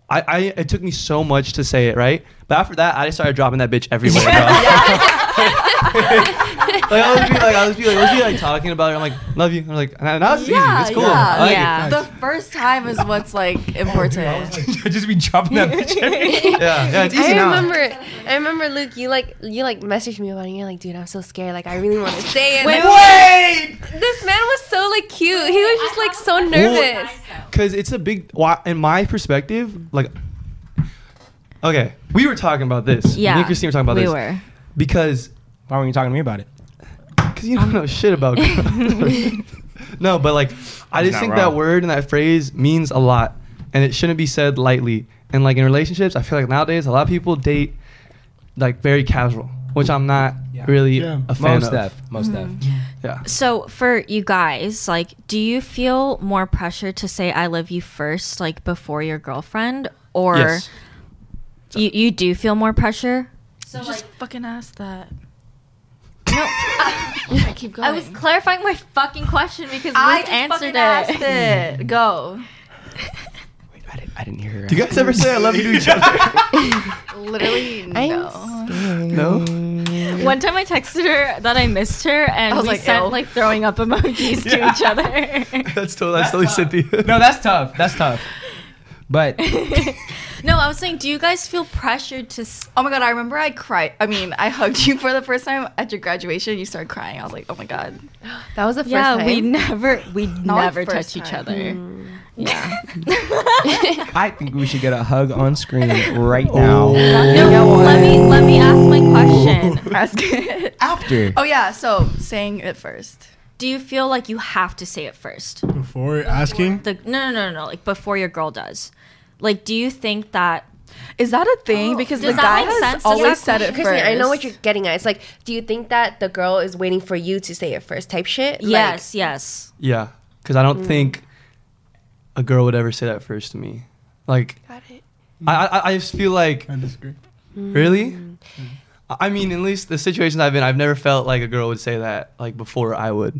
Speaker 3: I, I it took me so much to say it right, but after that I just started dropping that bitch everywhere. bro. like I'll just be like I'll just be like, I'll just be like talking about her. I'm like, love you. I'm like, and now it's
Speaker 2: Yeah,
Speaker 3: easy. It's cool.
Speaker 2: yeah.
Speaker 3: I like it.
Speaker 5: Yeah.
Speaker 2: The first time is what's like important.
Speaker 1: just be jumping that bitch.
Speaker 3: Yeah, yeah, it's easy
Speaker 7: I
Speaker 3: now.
Speaker 7: remember, I remember, Luke. You like, you like, messaged me about it. And you're like, dude, I'm so scared. Like, I really want to say it. And
Speaker 1: Wait.
Speaker 7: This man was so like cute. He was just like so nervous.
Speaker 3: Because it's a big, why- in my perspective, like, okay, we were talking about this. Me
Speaker 5: Yeah,
Speaker 3: and Christine were talking about
Speaker 5: we
Speaker 3: this.
Speaker 5: were.
Speaker 3: Because,
Speaker 1: Why weren't you talking to me about it?
Speaker 3: because
Speaker 5: Um,
Speaker 3: you don't know shit about girls. No, but like, I
Speaker 1: He's
Speaker 3: just
Speaker 1: not
Speaker 3: think
Speaker 1: wrong.
Speaker 3: that word and that phrase means a lot, and it shouldn't be said lightly. And like in relationships, I feel like nowadays a lot of people date like very casual, which I'm not
Speaker 1: Yeah.
Speaker 3: really
Speaker 6: Yeah.
Speaker 3: a fan
Speaker 1: Most
Speaker 3: of.
Speaker 1: F. Most F.
Speaker 5: Mm.
Speaker 3: Yeah.
Speaker 5: So for you guys, like, do you feel more pressure to say "I love you" first, like before your girlfriend, or
Speaker 3: Yes.
Speaker 5: you you do feel more pressure?
Speaker 2: So just fucking ask that. No. keep going.
Speaker 5: I was clarifying my fucking question because
Speaker 2: I
Speaker 5: I
Speaker 2: just fucking
Speaker 5: answered
Speaker 2: asked
Speaker 5: it.
Speaker 2: it. Go.
Speaker 1: Wait, I didn't, I didn't hear her.
Speaker 3: Do you guys ever say I love you to each other?
Speaker 2: Literally no.
Speaker 3: No.
Speaker 5: One time I texted her that I missed her, and
Speaker 2: I was
Speaker 5: we
Speaker 2: like,
Speaker 5: sent
Speaker 2: "Ew."
Speaker 5: like throwing up emojis to each other.
Speaker 3: That's still that's totally Cynthia.
Speaker 1: no, that's tough. That's tough. But
Speaker 5: no, I was saying, do you guys feel pressured to? S-
Speaker 2: Oh my god, I remember I cried. I mean, I hugged you for the first time at your graduation. You started crying. I was like, oh my god.
Speaker 7: That was the first
Speaker 5: yeah,
Speaker 7: time.
Speaker 5: we never, we
Speaker 2: like
Speaker 5: never touch
Speaker 2: first
Speaker 5: each
Speaker 2: time.
Speaker 5: other. Yeah.
Speaker 1: I think we should get a hug on screen right now.
Speaker 5: No, let me let me ask my question.
Speaker 2: Ask it.
Speaker 1: After.
Speaker 2: Oh yeah, so saying it first.
Speaker 5: Do you feel like you have to say it first?
Speaker 6: Before asking,
Speaker 5: The no, no, no, no, like before your girl does. Like, do you think that?
Speaker 2: Is Oh, that a thing? because
Speaker 5: does
Speaker 2: the
Speaker 5: that
Speaker 2: guy
Speaker 5: make
Speaker 2: has
Speaker 5: sense? Does
Speaker 2: always
Speaker 5: that-
Speaker 2: said it
Speaker 7: Christine,
Speaker 2: first.
Speaker 7: I know what you're getting at. It's like, do you think that the girl is waiting for you to say it first, type shit? Like,
Speaker 5: Yes, yes.
Speaker 3: Yeah, because I don't
Speaker 7: Mm.
Speaker 3: think a girl would ever say that first to me. Like,
Speaker 7: Got it. Mm.
Speaker 3: I, I, I just feel like,
Speaker 6: I disagree.
Speaker 3: really?
Speaker 1: Mm.
Speaker 3: I I mean, at least the situations I've been, I've never felt like a girl would say that like before I would.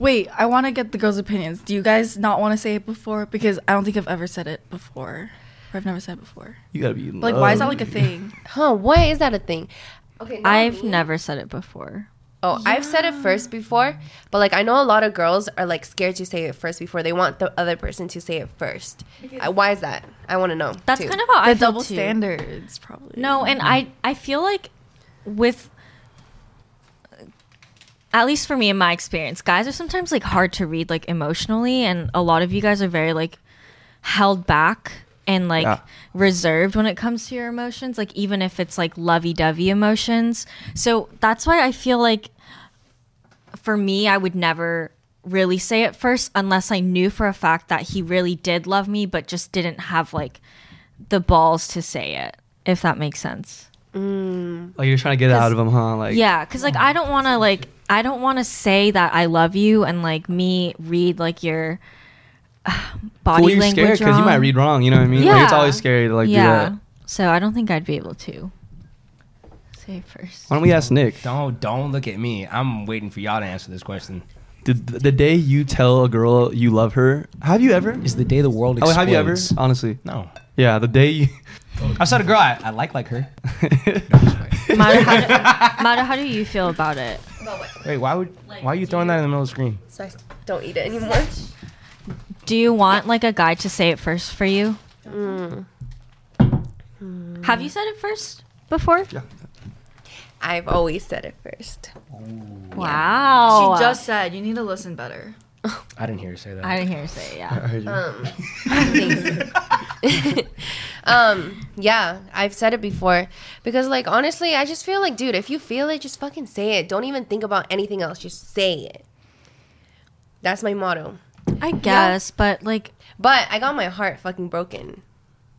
Speaker 2: Wait, I want to get the girls' opinions. Do you guys not want to say it before? Because I don't think I've ever said it before. Or I've never said it before.
Speaker 3: You gotta be
Speaker 2: Like, why is that like a
Speaker 3: lovely.
Speaker 2: thing?
Speaker 7: Huh? Why is that a thing? Okay, now
Speaker 5: I've
Speaker 7: me.
Speaker 5: never said it before.
Speaker 7: Oh, I've said it first before, but like I know a lot of girls are like scared to say it first before they want the other person to say it first. Uh, why is that? I want to know.
Speaker 5: That's
Speaker 7: too.
Speaker 5: kind of how I
Speaker 2: The
Speaker 5: feel
Speaker 2: double
Speaker 5: too.
Speaker 2: standards, probably.
Speaker 5: No, and I I feel like with at least for me in my experience, guys are sometimes like hard to read like emotionally and a lot of you guys are very like held back and like
Speaker 3: Yeah.
Speaker 5: reserved when it comes to your emotions, like even if it's like lovey-dovey emotions. So that's why I feel like for me, I would never really say it first unless I knew for a fact that he really did love me but just didn't have like the balls to say it, if that makes sense.
Speaker 3: Like you're trying to get it out of them, huh? Like,
Speaker 5: Yeah, because like I don't want to like I don't want to say that I love you and like me read like your uh, body
Speaker 3: well, you're scared
Speaker 5: language
Speaker 3: because you might
Speaker 5: wrong.
Speaker 3: read wrong. You know what I mean? Like, it's
Speaker 5: Yeah.
Speaker 3: always scary to like
Speaker 5: yeah,
Speaker 3: do
Speaker 5: So I don't think I'd be able to. Say it first.
Speaker 3: Why don't we ask Nick?
Speaker 1: Don't don't look at me. I'm waiting for y'all to answer this question.
Speaker 3: Did the day you tell a girl you love her, have you ever?
Speaker 1: Is the day the world
Speaker 3: Oh,
Speaker 1: explodes?
Speaker 3: have you ever? Honestly,
Speaker 1: No.
Speaker 3: yeah. The day you.
Speaker 1: I've said a girl I, I like like her.
Speaker 5: Mara, how do, Mara, how do you feel about it?
Speaker 1: Wait, why would why are you throwing that in the middle of the screen?
Speaker 7: So I s- don't eat it anymore.
Speaker 5: Do you want like a guy to say it first for you? Have you said it first before?
Speaker 7: I've always said it first.
Speaker 5: Oh, Wow.
Speaker 2: she just said you need to listen better.
Speaker 1: I didn't hear her say that.
Speaker 5: I didn't hear her say it, yeah.
Speaker 7: Um, thanks. um, yeah, I've said it before because, like, honestly, I just feel like, dude, if you feel it, just fucking say it. Don't even think about anything else. Just say it. That's my motto.
Speaker 5: I guess, but like
Speaker 7: But I got my heart fucking broken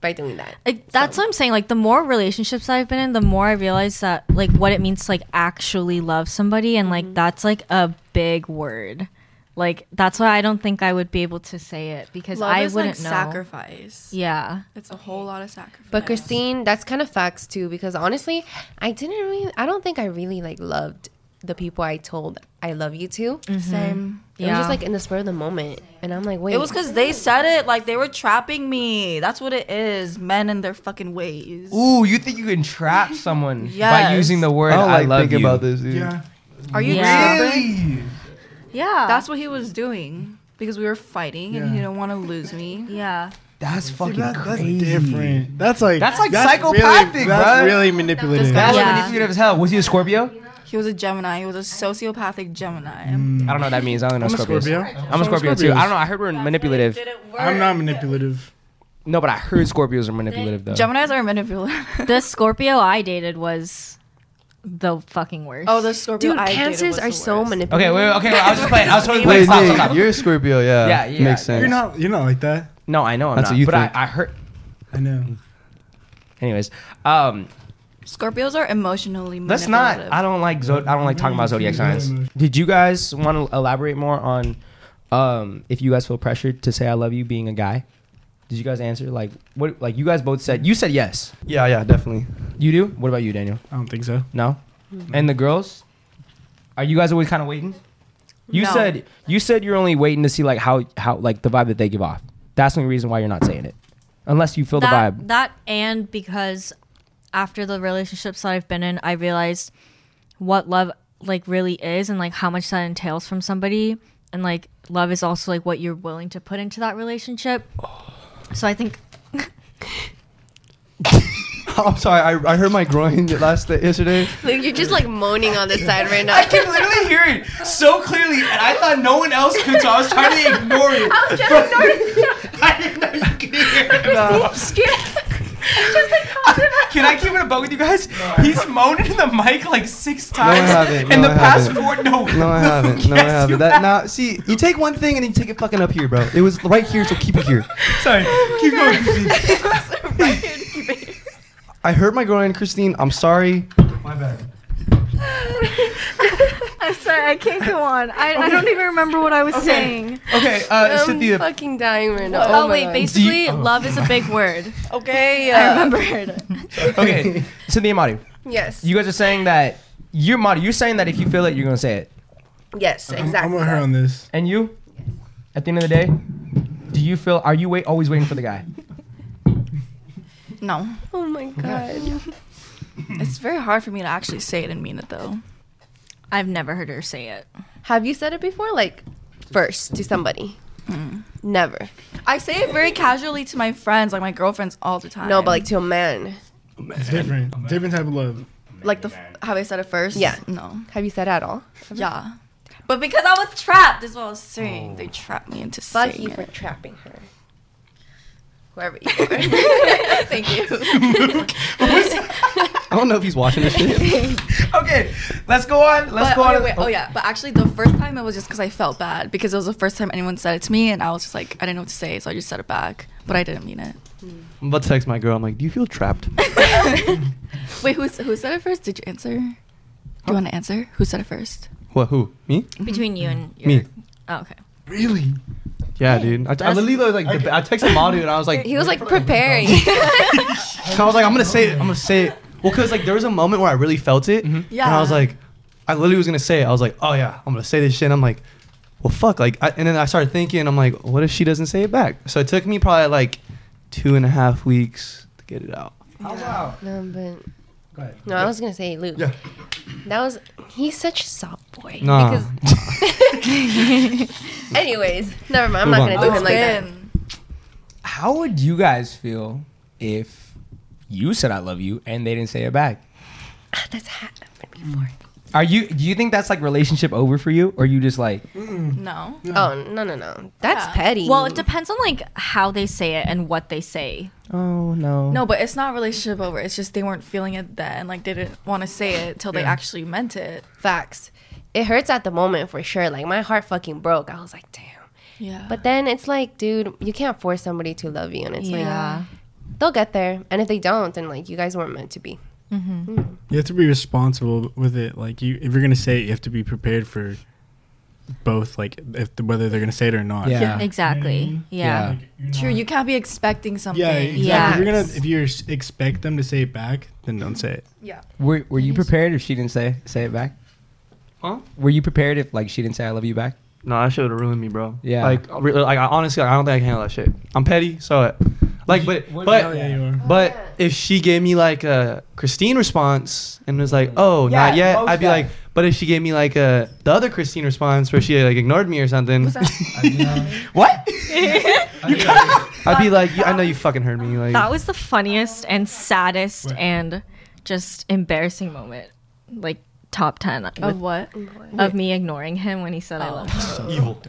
Speaker 7: by doing that.
Speaker 5: Like, that's what I'm saying. Like the more relationships I've been in, the more I realize that like what it means to like actually love somebody, and
Speaker 2: Mm-hmm.
Speaker 5: like that's like a big word. Like that's why I don't think I would be able to say it because
Speaker 2: Love
Speaker 5: I
Speaker 2: is like
Speaker 5: wouldn't know.
Speaker 2: sacrifice.
Speaker 5: Yeah,
Speaker 2: It's a whole lot of sacrifice.
Speaker 7: But Christine, that's kind of facts too, because honestly, I didn't really, I don't think I really like loved the people I told I love you to.
Speaker 2: Mm-hmm. same.
Speaker 7: It was
Speaker 5: Yeah.
Speaker 7: just like in the spur of the moment, and I'm like, wait,
Speaker 2: It was because they said it like they were trapping me. That's what it is. Men and their fucking ways.
Speaker 1: Ooh, you think you can trap someone
Speaker 2: Yes.
Speaker 1: by using the word
Speaker 3: Oh, I don't
Speaker 1: I,
Speaker 3: like
Speaker 1: love
Speaker 3: thinking
Speaker 1: you.
Speaker 3: about this, dude.
Speaker 6: Yeah.
Speaker 2: Are you
Speaker 5: Yeah.
Speaker 2: trapping?
Speaker 5: yeah,
Speaker 2: That's what he was doing because we were fighting and he
Speaker 6: Yeah.
Speaker 2: didn't want to lose me.
Speaker 5: yeah.
Speaker 1: That's fucking
Speaker 6: That- that's
Speaker 1: crazy.
Speaker 6: different. That's like
Speaker 1: That's like
Speaker 6: really-
Speaker 1: psychopathic,
Speaker 6: That's
Speaker 1: bruh.
Speaker 6: really manipulative.
Speaker 1: That's
Speaker 5: Yeah.
Speaker 1: manipulative as hell. Was he a Scorpio?
Speaker 2: He was a Gemini. He was a sociopathic Gemini.
Speaker 1: I don't know what that means. I only know
Speaker 6: I'm a
Speaker 1: Scorpios.
Speaker 6: Scorpio.
Speaker 1: I'm a
Speaker 6: So
Speaker 1: Scorpio too.
Speaker 6: Scorpios.
Speaker 1: I don't know. I heard we're manipulative.
Speaker 6: I'm not manipulative.
Speaker 1: No, but I heard Scorpios are manipulative
Speaker 3: Oh.
Speaker 1: though.
Speaker 2: Geminis are manipulative.
Speaker 5: The Scorpio I dated was the fucking worst.
Speaker 2: oh, the Scorpio.
Speaker 7: dude,
Speaker 2: I dated
Speaker 7: cancers
Speaker 2: was
Speaker 7: are
Speaker 2: the
Speaker 7: so
Speaker 2: worst.
Speaker 7: manipulative.
Speaker 1: Okay, wait, wait, okay. I was just playing. I was totally playing.
Speaker 3: Wait,
Speaker 1: Stop, stop,
Speaker 3: Nick,
Speaker 1: stop.
Speaker 3: you're a Scorpio, yeah.
Speaker 1: Yeah, yeah.
Speaker 3: Makes sense.
Speaker 6: You're not. You're not like that.
Speaker 1: No, I know I'm
Speaker 3: That's
Speaker 1: not.
Speaker 3: what you
Speaker 1: but I,
Speaker 3: think.
Speaker 1: I heard.
Speaker 6: I know.
Speaker 1: Anyways, um,
Speaker 2: Scorpios are emotionally manipulative.
Speaker 1: let's not. I don't like. Zo- I don't like talking about zodiac signs. Did you guys want to elaborate more on um, if you guys feel pressured to say "I love you" being a guy? Did you guys answer like what? Like you guys both said. You said yes.
Speaker 3: Yeah, yeah, definitely.
Speaker 1: You do. What about you, Daniel?
Speaker 6: I don't think so.
Speaker 1: No. And the girls, are you guys always kind of waiting? You
Speaker 2: No.
Speaker 1: said you said you're only waiting to see like how how like the vibe that they give off. That's the only reason why you're not saying it, unless you feel
Speaker 5: that,
Speaker 1: the vibe.
Speaker 5: That and because after the relationships that I've been in, I realized what love like really is and like how much that entails from somebody. And like love is also like what you're willing to put into that relationship. So I think
Speaker 3: Oh, I'm sorry. I, I heard my groin last day, yesterday.
Speaker 7: Like, you're just like moaning on the side right now.
Speaker 1: I can literally hear it so clearly, and I thought no one else could, so I was trying to ignore it. I was trying to ignore it. I didn't know you could hear it. Can I keep it a bug with you guys? He's moaning in the mic like six times
Speaker 3: haven't.
Speaker 1: in
Speaker 3: No,
Speaker 1: the
Speaker 3: I
Speaker 1: past
Speaker 3: haven't.
Speaker 1: four. No,
Speaker 3: No, I haven't. No, I
Speaker 1: Yes, you
Speaker 3: haven't. That
Speaker 1: have.
Speaker 3: now, see, you take one thing and then you take it fucking up here, bro. It was right here, so keep it here. Oh
Speaker 1: Sorry, keep going. Christine.
Speaker 3: I hurt my groin, Christine. I'm sorry. My bad.
Speaker 5: I'm sorry, I can't go on. I, I don't even remember what I was saying.
Speaker 1: Okay, uh,
Speaker 7: I'm
Speaker 1: Cynthia.
Speaker 7: fucking dying right now.
Speaker 5: Oh,
Speaker 7: my
Speaker 5: wait,
Speaker 7: God.
Speaker 5: basically love
Speaker 1: Oh.
Speaker 5: is a big word.
Speaker 2: Okay.
Speaker 5: I
Speaker 2: Uh,
Speaker 5: remembered.
Speaker 1: Okay, Cynthia Madu.
Speaker 7: Yes.
Speaker 1: You guys are saying that you're Madu. You're saying that if you feel it, you're gonna say it.
Speaker 7: yes.
Speaker 6: I'm,
Speaker 7: Exactly.
Speaker 6: I'm with her on this.
Speaker 1: And you, at the end of the day, do you feel? Are you wait always waiting for the guy?
Speaker 2: no,
Speaker 7: oh my god.
Speaker 2: it's very hard for me to actually say it and mean it though.
Speaker 5: I've never heard her say it.
Speaker 7: Have you said it before? Like, first to somebody. Never.
Speaker 2: I say it very casually to my friends, like my girlfriends, all the time.
Speaker 7: No, but like to a man.
Speaker 6: It's different. Different type of love.
Speaker 2: like the f- how I said it first.
Speaker 7: Yeah.
Speaker 2: No.
Speaker 7: Have you said at all?
Speaker 2: Yeah. But because I was trapped, is what I was saying.
Speaker 3: Oh.
Speaker 2: They trapped me into
Speaker 7: Fuck
Speaker 2: saying
Speaker 7: you
Speaker 2: it.
Speaker 7: for trapping her. Whoever you are. Thank you.
Speaker 3: I don't know if he's watching this shit.
Speaker 1: Okay, let's go on. Let's
Speaker 2: But,
Speaker 1: go
Speaker 2: okay,
Speaker 1: on.
Speaker 2: wait, oh yeah, but actually the first time it was just because I felt bad because it was the first time anyone said it to me and I was just like I didn't know what to say so I just said it back but I didn't mean it.
Speaker 3: I'm about to text my girl. I'm like, do you feel trapped?
Speaker 2: Wait, who who said it first? Did you answer? Do you want to answer? Who said it first?
Speaker 3: What? Who? Me?
Speaker 5: Between you and your
Speaker 3: Me.
Speaker 5: Oh, okay.
Speaker 6: Really?
Speaker 3: Yeah, dude. I, I literally was like, deba- I texted Madu and I was like,
Speaker 7: He was like preparing.
Speaker 3: I was like, I'm gonna say it. I'm gonna say it. Well, cause like there was a moment where I really felt it, and I
Speaker 2: Yeah.
Speaker 3: was like, I literally was gonna say it. I was like, oh yeah, I'm gonna say this shit. And I'm like, well, fuck. Like, I, and then I started thinking. I'm like, what if she doesn't say it back? So it took me probably like two and a half weeks to get it out.
Speaker 1: Oh, wow.
Speaker 7: no, but
Speaker 1: Go ahead.
Speaker 7: no, I was gonna say Luke.
Speaker 3: Yeah.
Speaker 7: That was he's such a soft boy.
Speaker 3: Nah.
Speaker 7: Anyways, never mind. I'm
Speaker 3: Move
Speaker 7: not
Speaker 3: on.
Speaker 7: gonna do him Oh, like that.
Speaker 1: How would you guys feel if you said "I love you" and they didn't say it back?
Speaker 7: Ah, That's happened before.
Speaker 1: Are you? Do you think that's like relationship over for you, or you just like?
Speaker 2: No.
Speaker 7: Oh no no no. That's
Speaker 2: Yeah.
Speaker 7: petty.
Speaker 5: Well, it depends on like how they say it and what they say.
Speaker 1: Oh no.
Speaker 2: No, but it's not relationship over. It's just they weren't feeling it then, like they didn't want to say it till they actually meant it.
Speaker 7: facts. It hurts at the moment for sure. Like my heart fucking broke. I was like, damn.
Speaker 2: Yeah.
Speaker 7: But then it's like, dude, you can't force somebody to love you, and it's
Speaker 5: Yeah.
Speaker 7: like they'll get there. And if they don't, then like you guys weren't meant to be.
Speaker 6: You have to be responsible with it. Like you, if you're gonna say it, you have to be prepared for both. Like if whether they're gonna say it or not.
Speaker 1: Yeah.
Speaker 5: Exactly. Yeah.
Speaker 1: Yeah.
Speaker 2: True, you can't be expecting something.
Speaker 6: Yeah, exactly. If you're
Speaker 5: Yeah.
Speaker 6: gonna if you s- expect them to say it back, then don't say it.
Speaker 1: Were Were you prepared if she didn't say say it back?
Speaker 3: Huh?
Speaker 1: Were you prepared if like she didn't say "I love you" back?
Speaker 3: No, that shit would have ruined me, bro.
Speaker 1: Yeah.
Speaker 3: Like, I re- like I honestly, like, I don't think I can handle that shit. I'm petty, so like, but
Speaker 1: What-
Speaker 3: but
Speaker 6: Hell yeah, you are.
Speaker 3: But if she gave me like a Christine response and was like, "Oh, not
Speaker 1: Yeah,
Speaker 3: yet,"
Speaker 1: most
Speaker 3: I'd be
Speaker 1: guys.
Speaker 3: like, "But if she gave me like a the other Christine response where she like ignored me or something,
Speaker 1: What?
Speaker 3: I'd be like, "You- "I know you fucking heard me." Like,
Speaker 5: That was the funniest and saddest and just embarrassing moment. Like top 10 with-
Speaker 2: Of what?
Speaker 5: of me ignoring him when he said I love him.
Speaker 3: evil.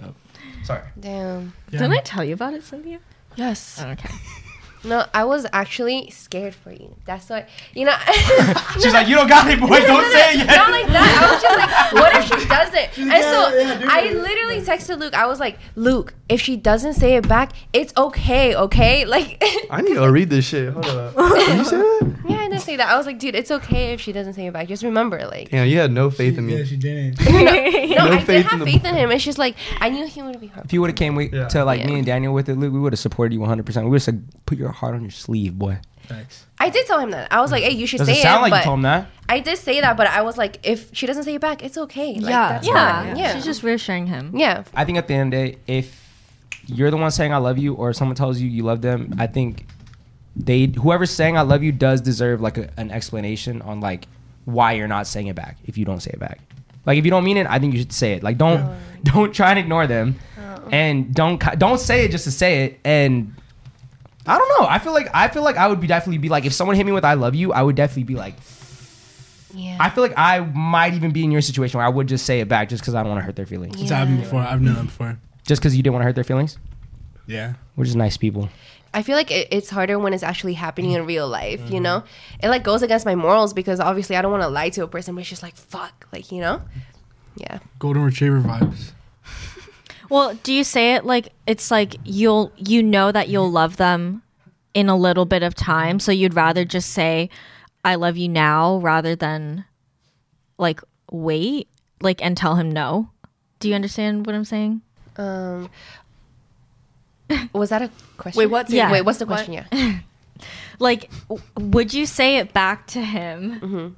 Speaker 3: Sorry.
Speaker 7: Damn.
Speaker 5: Oh. Didn't I tell you about it, Cynthia?
Speaker 2: Yes.
Speaker 5: Okay.
Speaker 7: No, I was actually scared for you. That's what you know.
Speaker 1: She's like, "You don't got it, boy. Don't say it yet."
Speaker 7: Not like that. I was just like, what if she doesn't? And so I literally texted Luke. I was like, Luke, if she doesn't say it back, it's okay, okay? Like,
Speaker 3: I need to read this shit. Hold up. Did you say that?
Speaker 7: yeah, I didn't say that. I was like, dude, it's okay if she doesn't say it back. Just remember, like,
Speaker 3: Damn, you had no faith in
Speaker 6: Yeah,
Speaker 3: me.
Speaker 6: she didn't.
Speaker 7: no, I
Speaker 3: faith
Speaker 7: did
Speaker 3: in
Speaker 7: have
Speaker 3: the-
Speaker 7: faith in him. It's just like, I knew he would be hurt.
Speaker 1: If you would have came we,
Speaker 3: Yeah.
Speaker 1: to like me
Speaker 7: Yeah.
Speaker 1: and Daniel with it, Luke, we would have supported you 100. percent We would have said, "Put your heart on your sleeve, boy."
Speaker 7: I did tell him that. I was like, hey, you should
Speaker 1: Does it
Speaker 7: say
Speaker 1: sound
Speaker 7: it.
Speaker 1: like
Speaker 7: but
Speaker 1: you told him that?
Speaker 7: I did say that, but I was like, if she doesn't say it back, it's okay. Like,
Speaker 2: Yeah.
Speaker 7: that's
Speaker 5: Yeah.
Speaker 7: fine. Yeah.
Speaker 5: She's just reassuring him.
Speaker 7: yeah.
Speaker 1: I think at the end of the day, if you're the one saying "I love you" or someone tells you you love them, I think they whoever's saying "I love you" does deserve like a, an explanation on like why you're not saying it back if you don't say it back. Like if you don't mean it, I think you should say it. Like don't don't try and ignore them, and don't ki- don't say it just to say it. And I don't know. I feel like I feel like I would be definitely be like if someone hit me with "I love you," I would definitely be like.
Speaker 7: Yeah.
Speaker 1: I feel like I might even be in your situation where I would just say it back just because I don't want to hurt their feelings.
Speaker 6: It's
Speaker 7: Yeah.
Speaker 6: happened before. I've known that before.
Speaker 1: Just because you didn't want to hurt their feelings.
Speaker 6: Yeah.
Speaker 1: We're just nice people.
Speaker 7: I feel like it, it's harder when it's actually happening in real life, you know? It like goes against my morals because obviously I don't want to lie to a person, but it's just like, fuck, like, you know? Yeah.
Speaker 6: Golden retriever vibes.
Speaker 5: Well, do you say it like it's like you'll you know that you'll love them in a little bit of time, so you'd rather just say I love you now rather than like wait like and tell him no. Do you understand what I'm saying?
Speaker 7: Um, was that a question?
Speaker 2: Wait, what's it?
Speaker 5: Yeah.
Speaker 7: Wait, what's the
Speaker 2: What?
Speaker 7: question? Yeah.
Speaker 5: Like w- would you say it back to him?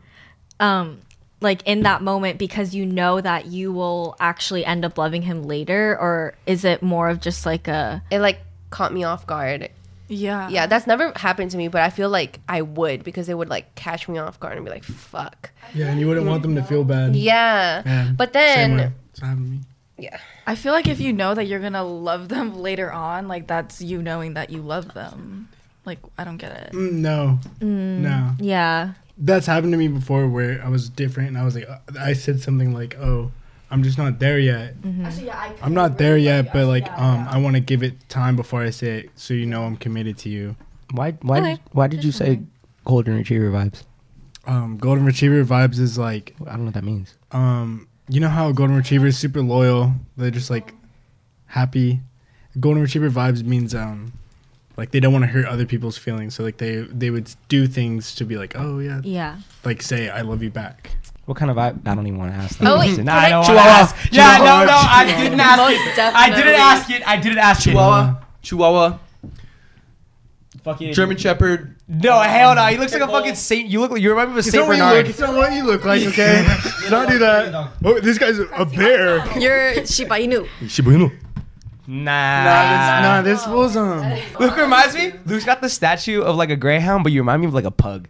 Speaker 5: Um like in that moment because you know that you will actually end up loving him later or is it more of just like a
Speaker 7: It like caught me off guard.
Speaker 2: Yeah.
Speaker 7: Yeah, that's never happened to me, but I feel like I would because it would like catch me off guard and be like, fuck.
Speaker 6: Yeah, and you wouldn't want them to feel bad.
Speaker 7: Yeah.
Speaker 6: Yeah,
Speaker 7: But
Speaker 6: Same
Speaker 7: then,
Speaker 6: way. It's happened to me.
Speaker 7: yeah.
Speaker 2: I feel like if you know that you're gonna love them later on, like that's you knowing that you love them. Like I don't get it.
Speaker 6: Mm, no. No.
Speaker 5: yeah
Speaker 6: That's happened to me before where I was different and I was like, uh, I said something like, oh, I'm just not there yet.
Speaker 2: Actually, yeah, I
Speaker 6: I'm not there yet, but like, um, I want to give it time before I say it so you know I'm committed to you.
Speaker 1: Why? Why?
Speaker 5: Okay.
Speaker 1: Did, why did you say golden retriever vibes?
Speaker 6: Um, golden retriever vibes is like,
Speaker 1: I don't know what that means.
Speaker 6: um, you know how a golden retriever is super loyal. They're just like happy. Golden retriever vibes means um, like they don't want to hurt other people's feelings. So like they they would do things to be like, oh yeah,
Speaker 5: yeah
Speaker 6: like say I love you back.
Speaker 1: What kind of vibe? I don't even want to ask that.
Speaker 7: Oh, wait,
Speaker 1: question.
Speaker 7: can
Speaker 1: I
Speaker 7: I-
Speaker 1: don't want to
Speaker 3: Chihuahua.
Speaker 1: ask. Yeah,
Speaker 3: Chihuahua.
Speaker 1: no, no, I didn't ask
Speaker 7: Most
Speaker 1: it. I didn't
Speaker 7: definitely.
Speaker 1: ask it. I didn't ask
Speaker 3: Chihuahua, Chihuahua,
Speaker 1: it. Fucking
Speaker 3: German Shepherd.
Speaker 7: Oh,
Speaker 1: No, hell no. He looks like a fucking Saint. You look. like You remind me of a Saint
Speaker 6: not what you look.
Speaker 1: Bernard.
Speaker 6: It's not what you look like. Okay, don't do that. Oh, this guy's a bear.
Speaker 4: You're Shiba Inu.
Speaker 6: Shiba Inu.
Speaker 1: Nah.
Speaker 6: Nah, this was um.
Speaker 1: Luke reminds me. Luke's got the statue of like a greyhound, but you remind me of like a pug.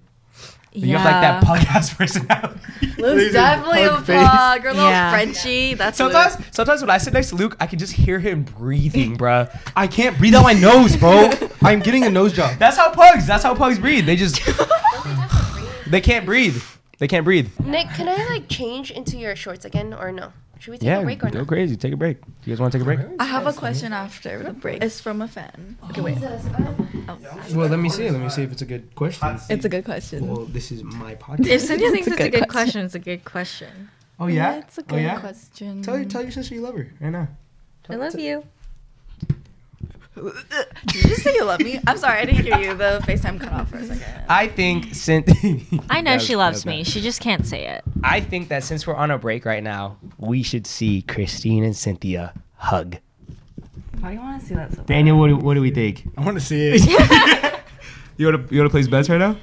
Speaker 1: You have like that pug ass personality.
Speaker 4: Luke's
Speaker 6: Laser
Speaker 4: definitely a
Speaker 6: pug face.
Speaker 4: pug. Your little
Speaker 5: Yeah.
Speaker 4: Frenchie. That's
Speaker 1: Sometimes,
Speaker 4: Luke.
Speaker 1: sometimes when I sit next to Luke, I can just hear him breathing, bruh.
Speaker 3: I can't breathe out my nose, bro. I'm getting a nose job.
Speaker 1: That's how pugs. That's how pugs breathe. They just they can't breathe. They can't breathe.
Speaker 7: Nick, can I like change into your shorts again or no? Should we take a break or no?
Speaker 1: crazy. Take a break. You guys want to take a break?
Speaker 2: I have a question after the break. It's from a fan. Okay, wait.
Speaker 1: Well, let me see. Let me see if it's a good question.
Speaker 4: It's a good question.
Speaker 1: Well, this is my podcast.
Speaker 5: If Cynthia thinks it's a good question, it's a good question.
Speaker 1: Oh yeah.
Speaker 2: It's a
Speaker 1: oh
Speaker 2: good
Speaker 1: yeah.
Speaker 2: question.
Speaker 1: Tell your tell your sister you love her right now.
Speaker 5: I love you.
Speaker 2: Did you just say you love me? I'm sorry, I didn't hear you. The FaceTime cut off for a second.
Speaker 1: I think since
Speaker 5: I know she loves me.
Speaker 1: She.
Speaker 5: She just can't say it.
Speaker 1: I think that since we're on a break right now, we should see Christine and Cynthia hug.
Speaker 4: Why do you want to see that so
Speaker 1: Daniel, what do, what do we think?
Speaker 6: I want to see it.
Speaker 1: You wanna you wanna place bets right now?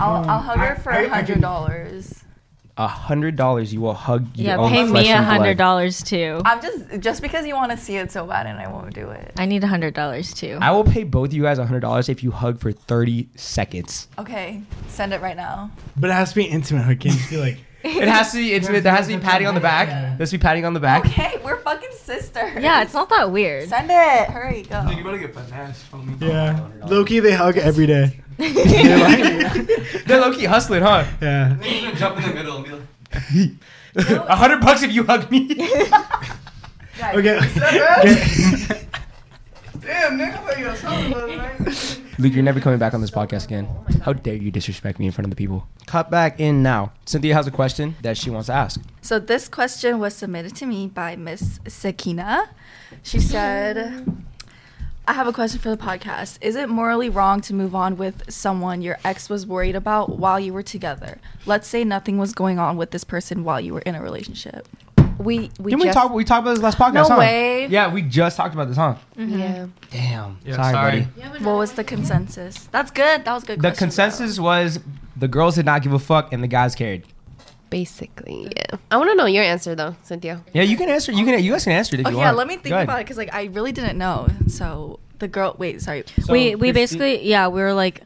Speaker 2: I'll, I'll hug her for a hundred dollars.
Speaker 1: A hundred dollars, you will hug your
Speaker 5: Yeah,
Speaker 1: own
Speaker 5: pay
Speaker 1: flesh
Speaker 5: me a
Speaker 1: and blood.
Speaker 5: hundred dollars too.
Speaker 2: I'm just just because you want to see it so bad, and I won't do it.
Speaker 5: I need a hundred dollars too.
Speaker 1: I will pay both of you guys a hundred dollars if you hug for thirty seconds.
Speaker 2: Okay, send it right now.
Speaker 6: but it has to be intimate. It can't just be like.
Speaker 1: It has to be intimate. There has to be patting on the back. There has to be patting on the back.
Speaker 2: Okay, we're fucking sisters.
Speaker 5: Yeah, it's not that weird.
Speaker 2: Send it. Hurry, go.
Speaker 3: better get bananas from me.
Speaker 6: Yeah. Loki, they hug every day.
Speaker 1: They're low key hustling, huh?
Speaker 6: Yeah.
Speaker 3: Jump in the middle and be like,
Speaker 1: A hundred bucks if you hug me.
Speaker 6: Okay.
Speaker 3: damn, nigga, I thought you got something about it,
Speaker 1: Luke, you're never coming back on this podcast again. How dare you disrespect me in front of the people? Cut back in now. Cynthia has a question that she wants to ask.
Speaker 2: So this question was submitted to me by Miss Sakina. She said, "I have a question for the podcast. Is it morally wrong to move on with someone your ex was worried about while you were together? Let's say nothing was going on with this person while you were in a relationship."
Speaker 7: We
Speaker 1: Didn't
Speaker 7: we just,
Speaker 1: we talk? We talked about this last podcast.
Speaker 2: No
Speaker 1: huh?
Speaker 2: way.
Speaker 1: Yeah, we just talked about this, huh?
Speaker 7: Yeah.
Speaker 1: Damn.
Speaker 3: Yeah,
Speaker 1: sorry,
Speaker 3: sorry.
Speaker 1: buddy.
Speaker 2: What was the consensus? That's good. That was a good.
Speaker 1: The
Speaker 2: question,
Speaker 1: consensus was the girls did not give a fuck and the guys cared.
Speaker 7: Basically, yeah. I want to know your answer though, Cynthia.
Speaker 1: Yeah, you can answer. You can. You guys can answer it if
Speaker 2: though.
Speaker 1: you
Speaker 2: Oh
Speaker 1: want.
Speaker 2: yeah, let me think
Speaker 1: Go ahead.
Speaker 2: about it because like I really didn't know. So the girl. Wait, sorry.
Speaker 1: So,
Speaker 5: we we
Speaker 1: Christine-
Speaker 5: basically yeah we were like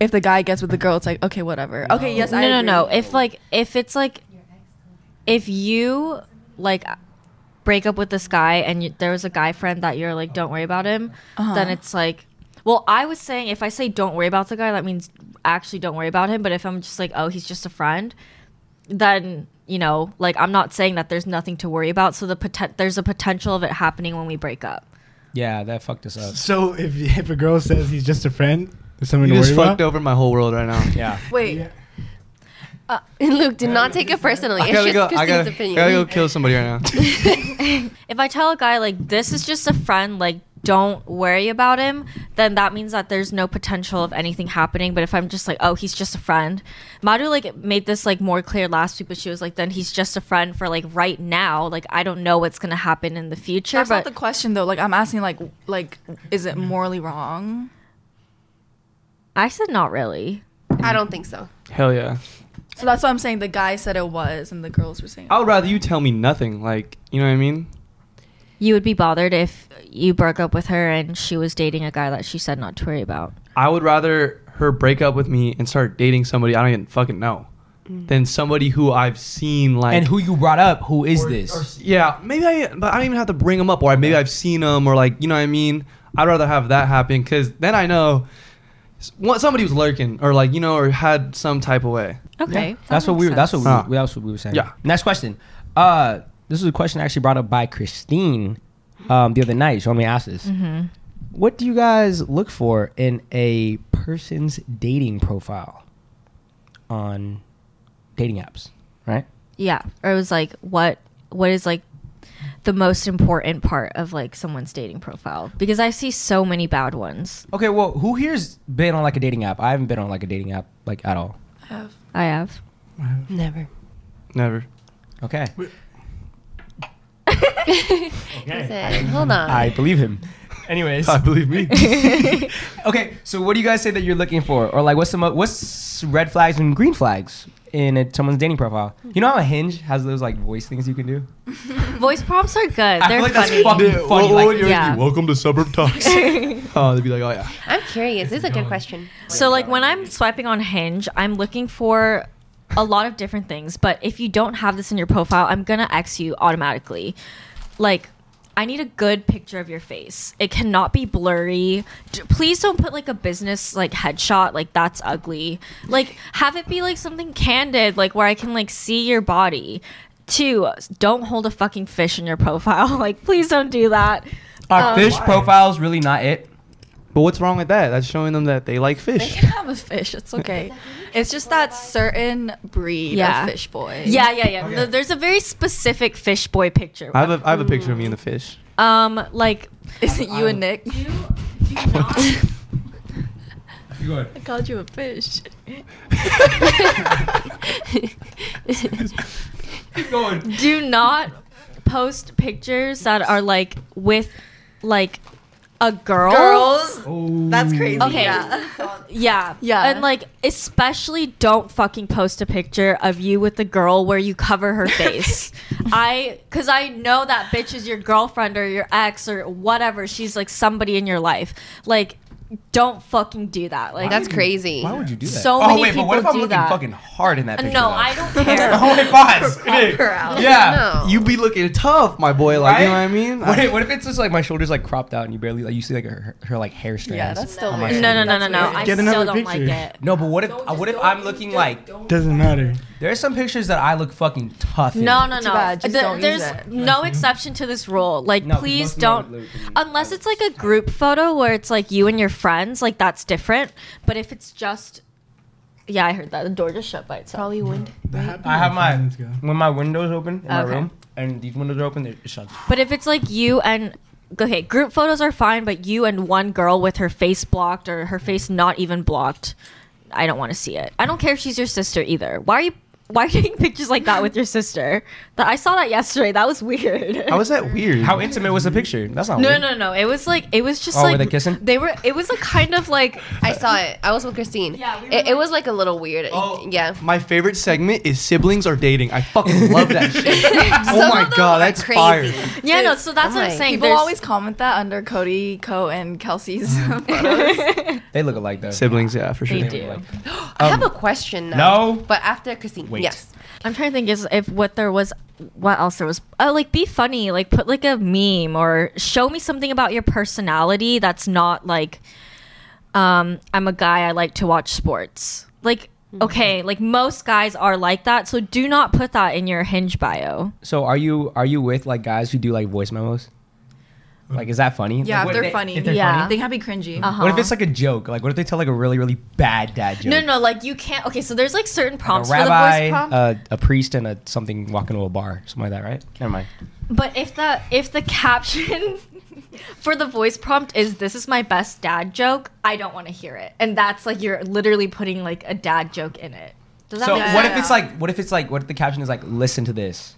Speaker 2: If the guy gets with the girl, it's like okay, whatever. Okay, yes,
Speaker 5: no
Speaker 2: I
Speaker 5: no
Speaker 2: agree.
Speaker 5: no if like if it's like if you like break up with this guy and you, there was a guy friend that you're like don't worry about him
Speaker 2: Uh-huh.
Speaker 5: then it's like well I was saying if I say don't worry about the guy that means actually don't worry about him but if I'm just like oh he's just a friend then you know like I'm not saying that there's nothing to worry about so the poten- there's a potential of it happening when we break up
Speaker 1: Yeah, that fucked us up.
Speaker 6: So if if a girl says he's just a friend, there's something
Speaker 3: You
Speaker 6: to
Speaker 3: just
Speaker 6: worry
Speaker 3: fucked
Speaker 6: about.
Speaker 3: over my whole world right now.
Speaker 1: Yeah.
Speaker 2: Wait.
Speaker 7: Uh, Luke, do not take it personally.
Speaker 3: I
Speaker 7: It's
Speaker 3: gotta
Speaker 7: just
Speaker 3: go. I
Speaker 7: Christine's
Speaker 3: gotta, I
Speaker 7: opinion.
Speaker 3: gotta go kill somebody right now.
Speaker 5: if I tell a guy like this is just a friend, like don't worry about him, then that means that there's no potential of anything happening. But if I'm just like, oh, he's just a friend, Madu like made this like more clear last week, but she was like, then he's just a friend for like right now. Like I don't know what's gonna happen in the future,
Speaker 2: That's
Speaker 5: but
Speaker 2: not the question though. Like I'm asking, like, like, is it morally wrong?
Speaker 5: I said not really.
Speaker 7: I don't think so.
Speaker 3: Hell yeah.
Speaker 2: So that's what I'm saying. The guy said it was, and the girls were saying.
Speaker 3: I would rather you tell me nothing. Like, you know what I mean?
Speaker 5: You would be bothered if you broke up with her and she was dating a guy that she said not to worry about.
Speaker 3: I would rather her break up with me and start dating somebody I don't even fucking know
Speaker 7: Mm.
Speaker 3: than somebody who I've seen like.
Speaker 1: And who you brought up? Who is this?
Speaker 3: Yeah, maybe I. But I don't even have to bring them up, or maybe I've seen them, or like you know what I mean. I'd rather have that happen because then I know s- what- somebody was lurking, or like you know, or had some type of way.
Speaker 5: Okay,
Speaker 1: That's what we. were That's what we.
Speaker 3: Huh.
Speaker 1: That's what we were saying.
Speaker 3: Yeah.
Speaker 1: Next question. Uh, this is a question actually brought up by Christine, um, the other night. So let me ask this.
Speaker 2: Mm-hmm.
Speaker 1: What do you guys look for in a person's dating profile on dating apps? Right.
Speaker 5: Yeah, or it was like what what is like the most important part of like someone's dating profile because I see so many bad ones.
Speaker 1: Okay. Well, who here's been on like a dating app? I haven't been on like a dating app like at all.
Speaker 5: I have.
Speaker 7: Never.
Speaker 3: Never.
Speaker 1: Okay.
Speaker 7: Listen, hold on.
Speaker 1: I believe him. Anyways,
Speaker 3: I believe me.
Speaker 1: okay. So, what do you guys say that you're looking for, or like, what's the mo- what's red flags and green flags in a, someone's dating profile? You know how a Hinge has those like voice things you can do.
Speaker 5: Voice prompts are good. They're
Speaker 1: I feel like that's
Speaker 5: funny.
Speaker 1: fucking
Speaker 3: Dude,
Speaker 1: funny.
Speaker 3: what- what would
Speaker 1: Like,
Speaker 3: yours
Speaker 5: Yeah.
Speaker 3: be? Welcome to Suburb Talks. oh, they'd be like, oh yeah.
Speaker 7: I'm curious. This is a good question.
Speaker 5: So like when I'm swiping on Hinge, I'm looking for a lot of different things, but if you don't have this in your profile, I'm going to X you automatically. Like I need a good picture of your face. It cannot be blurry. D- please don't put like a business like headshot, like that's ugly. Like have it be like something candid, like where I can like see your body. Two, don't hold a fucking fish in your profile. like please don't do that.
Speaker 1: our
Speaker 5: Um,
Speaker 1: fish profile's really not it.
Speaker 3: But what's wrong with that? That's showing them that they like
Speaker 2: They
Speaker 3: fish.
Speaker 2: can have a fish. It's okay. It's just that certain breed
Speaker 5: Yeah.
Speaker 2: of fish boy.
Speaker 5: Yeah, yeah, yeah. Th- There's a very specific fish boy picture.
Speaker 3: I have a I have a picture of me and the fish.
Speaker 5: Um, like
Speaker 2: Is it
Speaker 1: Um,
Speaker 2: you and Nick?
Speaker 1: You go
Speaker 2: I called you a fish.
Speaker 1: Keep going.
Speaker 5: do not post pictures that are like with like a girl.
Speaker 8: That's
Speaker 1: Oh.
Speaker 8: crazy.
Speaker 5: Okay. Yeah.
Speaker 2: Yeah.
Speaker 5: And like especially don't fucking post a picture of you with the girl where you cover her face. I cuz I know that bitch is your girlfriend or your ex or whatever. She's like somebody in your life. Like don't fucking do that. Like
Speaker 7: That's crazy.
Speaker 1: Why would you do that?
Speaker 5: So
Speaker 1: oh
Speaker 5: many
Speaker 1: wait, but what
Speaker 5: people
Speaker 1: if I'm
Speaker 5: do
Speaker 1: looking
Speaker 5: that. Uh,
Speaker 1: fucking hard in that picture?
Speaker 5: no,
Speaker 1: though?
Speaker 5: I don't care.
Speaker 1: Oh wait, pause. Nick. Yeah.
Speaker 7: Oh, No.
Speaker 3: You be looking tough, my boy. Like you know what I mean?
Speaker 1: What if, what if it's just like my shoulders like cropped out and you barely like you see like her, her like hair strands?
Speaker 2: Yeah, that's still
Speaker 1: on my
Speaker 2: weird.
Speaker 5: No, no, no,
Speaker 1: shoulder?
Speaker 5: no, no. I
Speaker 6: Get
Speaker 5: still
Speaker 6: another
Speaker 5: don't like
Speaker 6: picture.
Speaker 5: it.
Speaker 1: No, but what if uh, what if I'm looking like
Speaker 6: Doesn't matter.
Speaker 1: there's some pictures that I look fucking tough. in.
Speaker 5: No, no,
Speaker 2: Too
Speaker 5: no.
Speaker 2: bad, just
Speaker 5: Th-
Speaker 2: don't use
Speaker 5: there's
Speaker 2: it.
Speaker 5: no exception to this rule. Like,
Speaker 1: No, 'cause
Speaker 5: please
Speaker 1: most men
Speaker 5: don't.
Speaker 1: would literally-
Speaker 5: Unless it's like a group photo where it's like you and your friends, like that's different. But if it's just, yeah, I heard that the door just shut by itself.
Speaker 7: Probably wind.
Speaker 1: I have my
Speaker 6: Let's go.
Speaker 1: when my windows open in my
Speaker 5: Okay.
Speaker 1: room and these windows are open, they it shuts.
Speaker 5: But if it's like you and okay, group photos are fine, but you and one girl with her face blocked or her face not even blocked, I don't want to see it. I don't care if she's your sister either. Why are you? Why are you taking pictures like that with your sister? That I saw that yesterday. That was weird.
Speaker 3: How is that weird?
Speaker 1: How intimate was the picture? That's not
Speaker 5: No,
Speaker 1: weird.
Speaker 5: no, no. It was like it was just
Speaker 1: Oh, were
Speaker 5: like
Speaker 1: they kissing?
Speaker 5: They were. It was like kind of like
Speaker 7: I saw it. I was with Christine. Yeah,
Speaker 5: we were
Speaker 7: it, it was like a little weird.
Speaker 3: Oh.
Speaker 7: Yeah.
Speaker 3: My favorite segment is siblings are dating. I fucking love that shit. oh my god, that's
Speaker 7: crazy.
Speaker 3: fire.
Speaker 5: yeah. No,
Speaker 7: Dude,
Speaker 5: so that's
Speaker 7: I'm
Speaker 5: what I'm
Speaker 7: like-
Speaker 5: saying.
Speaker 2: People
Speaker 5: There's-
Speaker 2: always comment that under Cody, Co, and Kelsey's photos.
Speaker 1: They look alike though.
Speaker 3: Siblings, yeah, for sure.
Speaker 5: They
Speaker 1: They
Speaker 5: do.
Speaker 1: look alike.
Speaker 3: Um,
Speaker 7: I have a question now.
Speaker 1: no.
Speaker 7: But after Christine.
Speaker 1: Wait.
Speaker 7: Yes.
Speaker 5: I'm trying to think is if what there was, what else there was. Oh, like be funny. Like put like a meme or show me something about your personality that's not like, um, I'm a guy. I like to watch sports. Like okay, like most guys are like that. So do not put that in your Hinge bio.
Speaker 1: So are you are you with like guys who do like voice memos? Like is that funny?
Speaker 2: Yeah,
Speaker 1: Like, what
Speaker 2: if they're
Speaker 1: they-
Speaker 2: funny.
Speaker 1: If they're
Speaker 5: Yeah. uh-huh.
Speaker 1: funny.
Speaker 2: they can be cringy.
Speaker 1: What if it's like a joke? Like what if they tell like a really really bad dad joke?
Speaker 5: No, no, no, like you can't. Okay, so there's like certain
Speaker 1: A
Speaker 5: prompts for
Speaker 1: rabbi,
Speaker 5: the voice prompt.
Speaker 1: a, a priest, and a something walking to a bar, something like that, right? Never mind.
Speaker 5: But if the if the caption for the voice prompt is this is my best dad joke, I don't want to hear it. And that's like you're literally putting like a dad joke in it. Does that
Speaker 1: So
Speaker 5: make sense?
Speaker 1: what if it's like what if it's like what if the caption is like listen to this,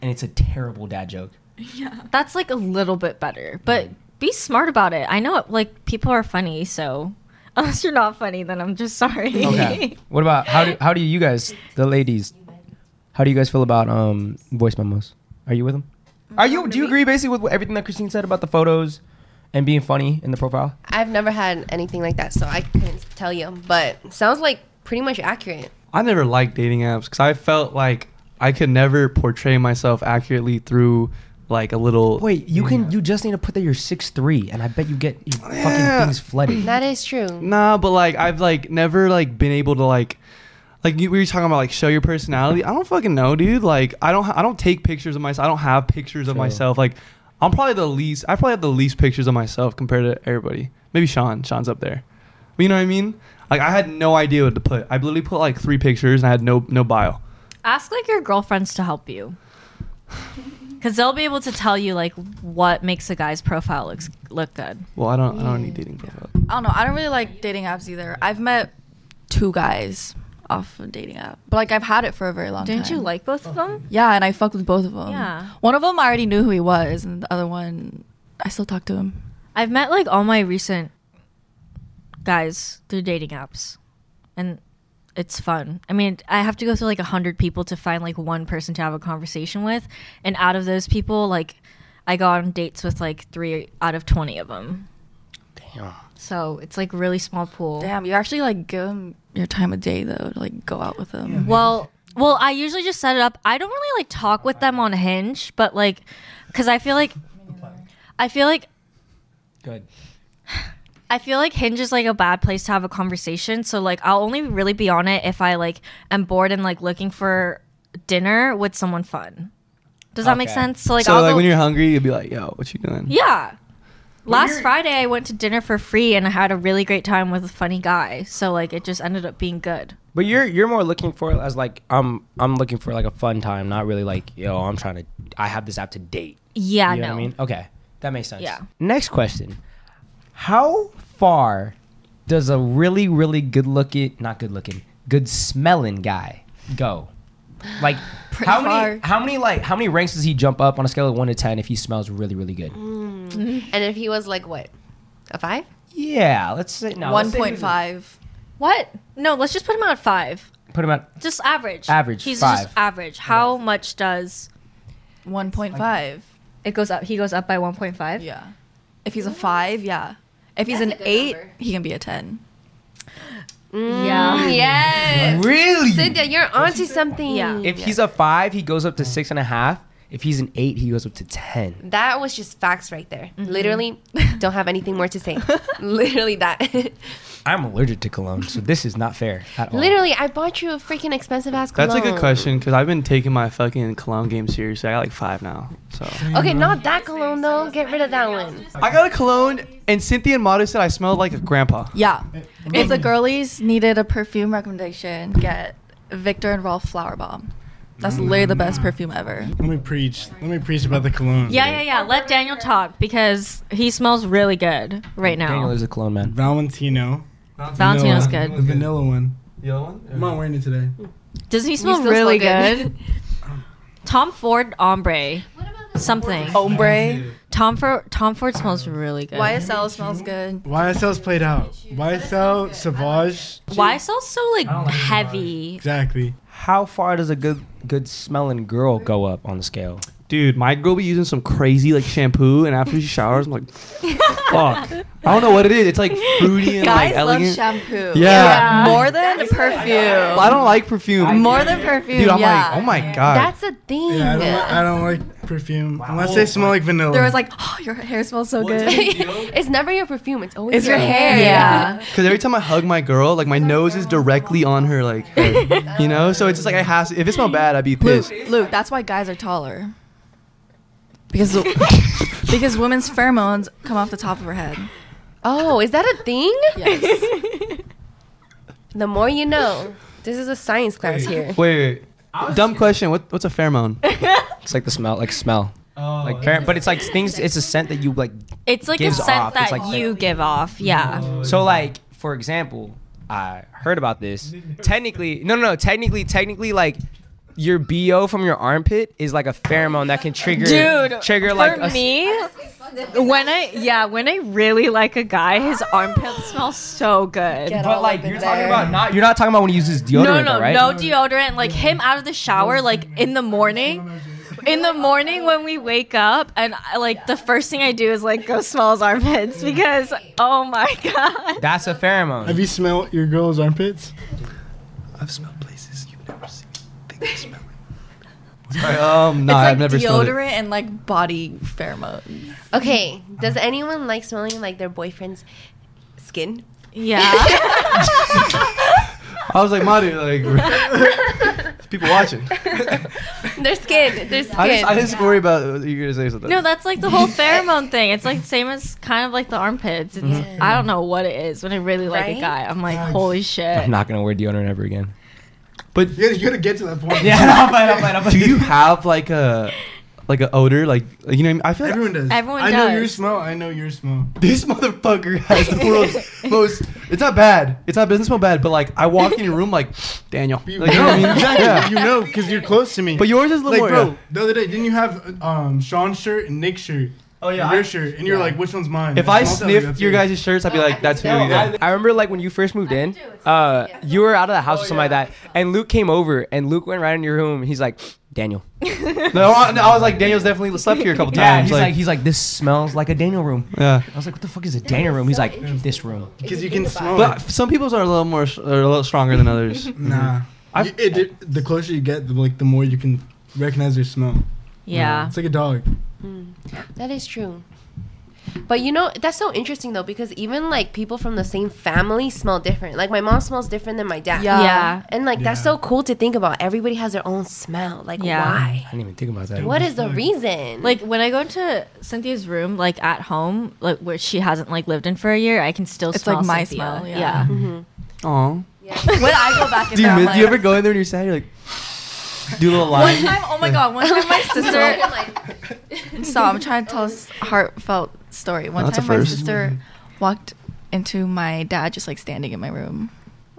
Speaker 1: and it's a terrible dad joke?
Speaker 5: That's like a little bit better. But be smart about it. I know like people are funny, so unless you're not funny, then I'm just sorry.
Speaker 1: Okay. what about how do how do you guys the ladies? How do you guys feel about um voice memos? Are you with them? Are you? Do you agree basically with everything that Christine said about the photos and being funny in the profile?
Speaker 7: I've never had anything like that, so I couldn't tell you. But sounds like pretty much accurate.
Speaker 3: I never liked dating apps because I felt like I could never portray myself accurately through like a little.
Speaker 1: Wait, you can. You just need to put that you're six three, and I bet you get your
Speaker 3: Yeah.
Speaker 1: fucking things flooded.
Speaker 7: That is true.
Speaker 3: Nah, but like I've like never like been able to like like you, we were talking about like show your personality. I don't fucking know, dude. Like I don't ha- I don't take pictures of myself. I don't have pictures of
Speaker 1: True.
Speaker 3: myself. Like I'm probably the least. I probably have the least pictures of myself compared to everybody. Maybe Sean. Sean's up there. But you know what I mean? Like I had no idea what to put. I literally put like three pictures and I had no no bio.
Speaker 5: Ask like your girlfriends to help you. Cause they'll be able to tell you like what makes a guy's profile looks look good.
Speaker 3: Well, I don't I don't need dating profile.
Speaker 2: I don't know. I don't really like dating apps either. I've met two guys off of dating app. But like I've had it for a very long time.
Speaker 5: Didn't you like both of them?
Speaker 2: Yeah, and I fucked with both of them.
Speaker 5: Yeah.
Speaker 2: One of them I already knew who he was, and the other one I still talk to him.
Speaker 5: I've met like all my recent guys through dating apps, and it's fun. I mean, I have to go through like a hundred people to find like one person to have a conversation with, and out of those people, like I go on dates with like three out of twenty of them.
Speaker 3: Damn.
Speaker 5: So it's like really small pool.
Speaker 2: Damn, you actually like give him your time of day though to like go out with him.
Speaker 5: Well, well, I usually just set it up. I don't really like talk with them on Hinge, but like, because I feel like, I feel like
Speaker 1: Good.
Speaker 5: I feel like Hinge is like a bad place to have a conversation. So like I'll only really be on it if I like am bored and like looking for dinner with someone fun. Does that make
Speaker 1: Okay.
Speaker 5: sense? So like
Speaker 3: so
Speaker 5: I'll
Speaker 3: like
Speaker 5: go,
Speaker 3: when you're hungry, you'll be like, "Yo, what you doing?"
Speaker 5: yeah. Last Friday I went to dinner for free and I had a really great time with a funny guy. So like it just ended up being good.
Speaker 1: But you're you're more looking for it as like I'm I'm looking for like a fun time, not really like yo I'm trying to I have this app to date.
Speaker 5: Yeah,
Speaker 1: you
Speaker 5: no.
Speaker 1: know what I mean? Okay. That makes sense.
Speaker 5: Yeah.
Speaker 1: Next question. How far does a really, really good looking not good looking, good smelling guy go? Like how many
Speaker 2: far.
Speaker 1: how many like how many ranks does he jump up on a scale of one to ten if he smells really, really good?
Speaker 7: And if he was like what, a five?
Speaker 1: Yeah, let's say no. let's
Speaker 2: One
Speaker 1: say-
Speaker 2: point five.
Speaker 5: What? No, let's just put him out at five.
Speaker 1: Put him at
Speaker 5: Just average.
Speaker 1: Average,
Speaker 5: He's
Speaker 1: five.
Speaker 5: just average. How much does
Speaker 2: One point five.
Speaker 5: it goes up? He goes up by one point five.
Speaker 2: Yeah. If he's a five, yeah. If he's
Speaker 7: That's a
Speaker 2: an
Speaker 7: good
Speaker 2: eight,
Speaker 7: number.
Speaker 2: he can be a ten. Mm.
Speaker 5: Yeah.
Speaker 7: Yes.
Speaker 1: Really?
Speaker 7: Cynthia, you're onto something.
Speaker 5: Yeah.
Speaker 1: If he's a five, he goes up to six and a half. If he's an eight, he goes up to ten.
Speaker 7: That was just facts right there.
Speaker 2: Mm-hmm.
Speaker 7: Literally, don't have anything more to say. Literally that.
Speaker 1: I'm allergic to cologne, so this is not fair at all.
Speaker 7: Literally, I bought you a freaking expensive ass cologne.
Speaker 3: That's a good question because I've been taking my fucking cologne game seriously. I got like five now. So
Speaker 7: Okay, not that cologne though. Get rid of that one.
Speaker 3: I got a cologne, and Cynthia and Mata said I smelled like a grandpa.
Speaker 2: Yeah. If
Speaker 3: Mm.
Speaker 2: the girlies needed a perfume recommendation, get Victor and Rolf Flower Bomb. That's
Speaker 3: Mm.
Speaker 2: literally the best perfume ever.
Speaker 6: Let me preach. Let me preach about the cologne.
Speaker 5: Yeah, yeah, yeah. Let Daniel talk because he smells really good right
Speaker 1: Daniel
Speaker 5: now.
Speaker 1: is a cologne man.
Speaker 6: Valentino.
Speaker 5: Valentino's
Speaker 6: Vanilla.
Speaker 5: good.
Speaker 6: The vanilla one.
Speaker 3: Yellow one?
Speaker 6: I'm not wearing it today.
Speaker 5: Doesn't he smell
Speaker 7: still
Speaker 5: really
Speaker 7: smell
Speaker 5: good? Tom Ford ombre. Something.
Speaker 2: Ombre.
Speaker 5: Tom Ford Tom Ford smells really good. Oh. Why is
Speaker 2: YSL smells good.
Speaker 6: YSL's played out. YSL Savage.
Speaker 5: YSL so like heavy?
Speaker 6: Exactly.
Speaker 1: How far does a good good smelling girl go up on the scale?
Speaker 3: Dude, my girl be using some crazy like shampoo, and after she showers, I'm like, fuck. I don't know what it is. It's like fruity and
Speaker 2: Guys
Speaker 3: like
Speaker 2: love
Speaker 3: elegant.
Speaker 2: shampoo.
Speaker 3: yeah.
Speaker 2: More than perfume.
Speaker 3: I don't like perfume.
Speaker 2: More than perfume.
Speaker 3: Dude, I'm
Speaker 2: yeah.
Speaker 3: like, oh my god.
Speaker 7: That's a thing.
Speaker 6: Yeah, I don't, li- I don't like perfume unless they smell like vanilla.
Speaker 2: there was like, oh, your hair smells so good.
Speaker 7: it's never your perfume. It's always
Speaker 2: It's your hair.
Speaker 5: Yeah.
Speaker 3: Because every time I hug my girl, like my nose is directly on her, like, head, you know. So it's just like I have. To, if it smelled bad, I'd be pissed.
Speaker 2: Luke, that's why guys are taller. Because because women's pheromones come off the top of her head.
Speaker 7: Oh, is that a thing?
Speaker 2: Yes.
Speaker 7: The more you know. This is a science class here.
Speaker 3: Wait, wait. dumb question. What, what's a pheromone?
Speaker 1: It's like the smell, like smell,
Speaker 3: Oh,
Speaker 1: like fair, but it's like things. It's a scent that you like.
Speaker 5: It's like a
Speaker 1: Gives
Speaker 5: scent
Speaker 1: off. It's
Speaker 5: that
Speaker 1: like-
Speaker 5: you give off. Yeah.
Speaker 1: So like for example, I heard about this. Technically, no, no, no. Technically, technically, like your bo from your armpit is like a pheromone that can trigger trigger like
Speaker 5: for
Speaker 1: a s-
Speaker 5: me when I yeah, when I really like a guy, his armpit smells so good.
Speaker 1: But like you're talking about not. You're not talking about when he uses deodorant,
Speaker 5: no, no,
Speaker 1: though, right?
Speaker 5: no deodorant. Like him out of the shower, like in the morning. In the morning when we wake up, and I, like the first thing I do is like go smell his armpits because oh my god,
Speaker 1: That's a pheromone.
Speaker 6: Have you smelled your girl's armpits?
Speaker 3: I've smelled places you've never seen. Sorry, um, no,
Speaker 2: it's like
Speaker 3: I've never smelled it.
Speaker 2: deodorant and like body pheromones.
Speaker 7: Okay, does anyone like smelling like their boyfriend's skin?
Speaker 5: yeah,
Speaker 3: I was like, Madu, like, there's people watching.
Speaker 7: Their skin. Their skin.
Speaker 3: I just, I just worry about you're gonna say something.
Speaker 5: no, that's like the whole pheromone thing. It's like same as kind of like the armpits. It's,
Speaker 2: Mm-hmm.
Speaker 5: I don't know what it is when I really like
Speaker 7: Right?
Speaker 5: a guy. I'm like, holy shit.
Speaker 1: I'm not gonna wear deodorant ever again.
Speaker 6: You gotta, you gotta get to that point.
Speaker 1: Yeah, no, but, but, but,
Speaker 3: Do you have like a like an odor, like you know. What I, mean? I feel like
Speaker 6: Everyone does.
Speaker 5: Everyone
Speaker 6: I know your
Speaker 5: does.
Speaker 6: smell. I know your smell.
Speaker 3: this motherfucker has the world's most. It's not bad. It's not business smell bad, but like I walk in your room like Daniel. Like,
Speaker 6: You
Speaker 3: you know what I mean?
Speaker 6: know, exactly.
Speaker 3: Yeah.
Speaker 6: You know, because you're close to me.
Speaker 3: But yours is a
Speaker 6: like,
Speaker 3: little more.
Speaker 6: bro, the other day, didn't you have um, Sean's shirt and Nick's shirt?
Speaker 1: Oh, yeah,
Speaker 6: and your
Speaker 1: I-
Speaker 6: shirt, and you're
Speaker 1: yeah.
Speaker 6: like, which one's mine?
Speaker 3: If
Speaker 6: And
Speaker 3: I
Speaker 6: Sean tells
Speaker 3: sniffed
Speaker 6: that's
Speaker 3: your
Speaker 6: yours.
Speaker 3: guys' shirts, I'd be like, "That's who."
Speaker 1: No,
Speaker 3: it is."
Speaker 1: I, I remember like when you first moved in, uh, you were out of the house with somebody that, and Luke came over, and Luke went right in your room. And he's like, Daniel.
Speaker 3: No, I, no, I was like, Daniel's definitely slept here a couple
Speaker 1: Yeah,
Speaker 3: times.
Speaker 1: he's like, he's like, this smells like a Daniel room.
Speaker 3: yeah.
Speaker 1: I was like, what the fuck is a Daniel room? He's like, this room.
Speaker 6: because you can smell.
Speaker 3: But
Speaker 6: It.
Speaker 3: some people's are a little more, are a little stronger than others.
Speaker 6: Nah,
Speaker 3: I-
Speaker 6: You- it, it- the closer you get, the, like the more you can recognize their smell.
Speaker 5: Yeah.
Speaker 6: It's like a dog.
Speaker 7: That is true. But you know, that's so interesting though, because even like people from the same family smell different. Like my mom smells different than my dad.
Speaker 2: Yeah.
Speaker 5: Yeah.
Speaker 7: And like that's
Speaker 6: Yeah.
Speaker 7: so cool to think about. Everybody has their own smell. Like
Speaker 5: Yeah.
Speaker 1: I
Speaker 7: why?
Speaker 1: didn't even think about that.
Speaker 7: What is the reason?
Speaker 5: Like when I go into Cynthia's room, like at home, like where she hasn't like lived in for a year, I can still
Speaker 2: It's
Speaker 5: smell
Speaker 2: like my
Speaker 5: Cynthia.
Speaker 2: smell, yeah.
Speaker 7: Mm-hmm.
Speaker 3: Aw.
Speaker 2: when I go back in
Speaker 3: Do you,
Speaker 2: there, I'm
Speaker 3: miss,
Speaker 2: like,
Speaker 3: do you ever go in there and you're sad? You're like, do a little
Speaker 2: one
Speaker 3: line.
Speaker 2: time, oh my god, one time my sister.
Speaker 7: Like,
Speaker 2: So I'm trying to tell this heartfelt story. One
Speaker 3: That's a
Speaker 2: time, my
Speaker 3: first.
Speaker 2: sister walked into my dad just like standing in my room.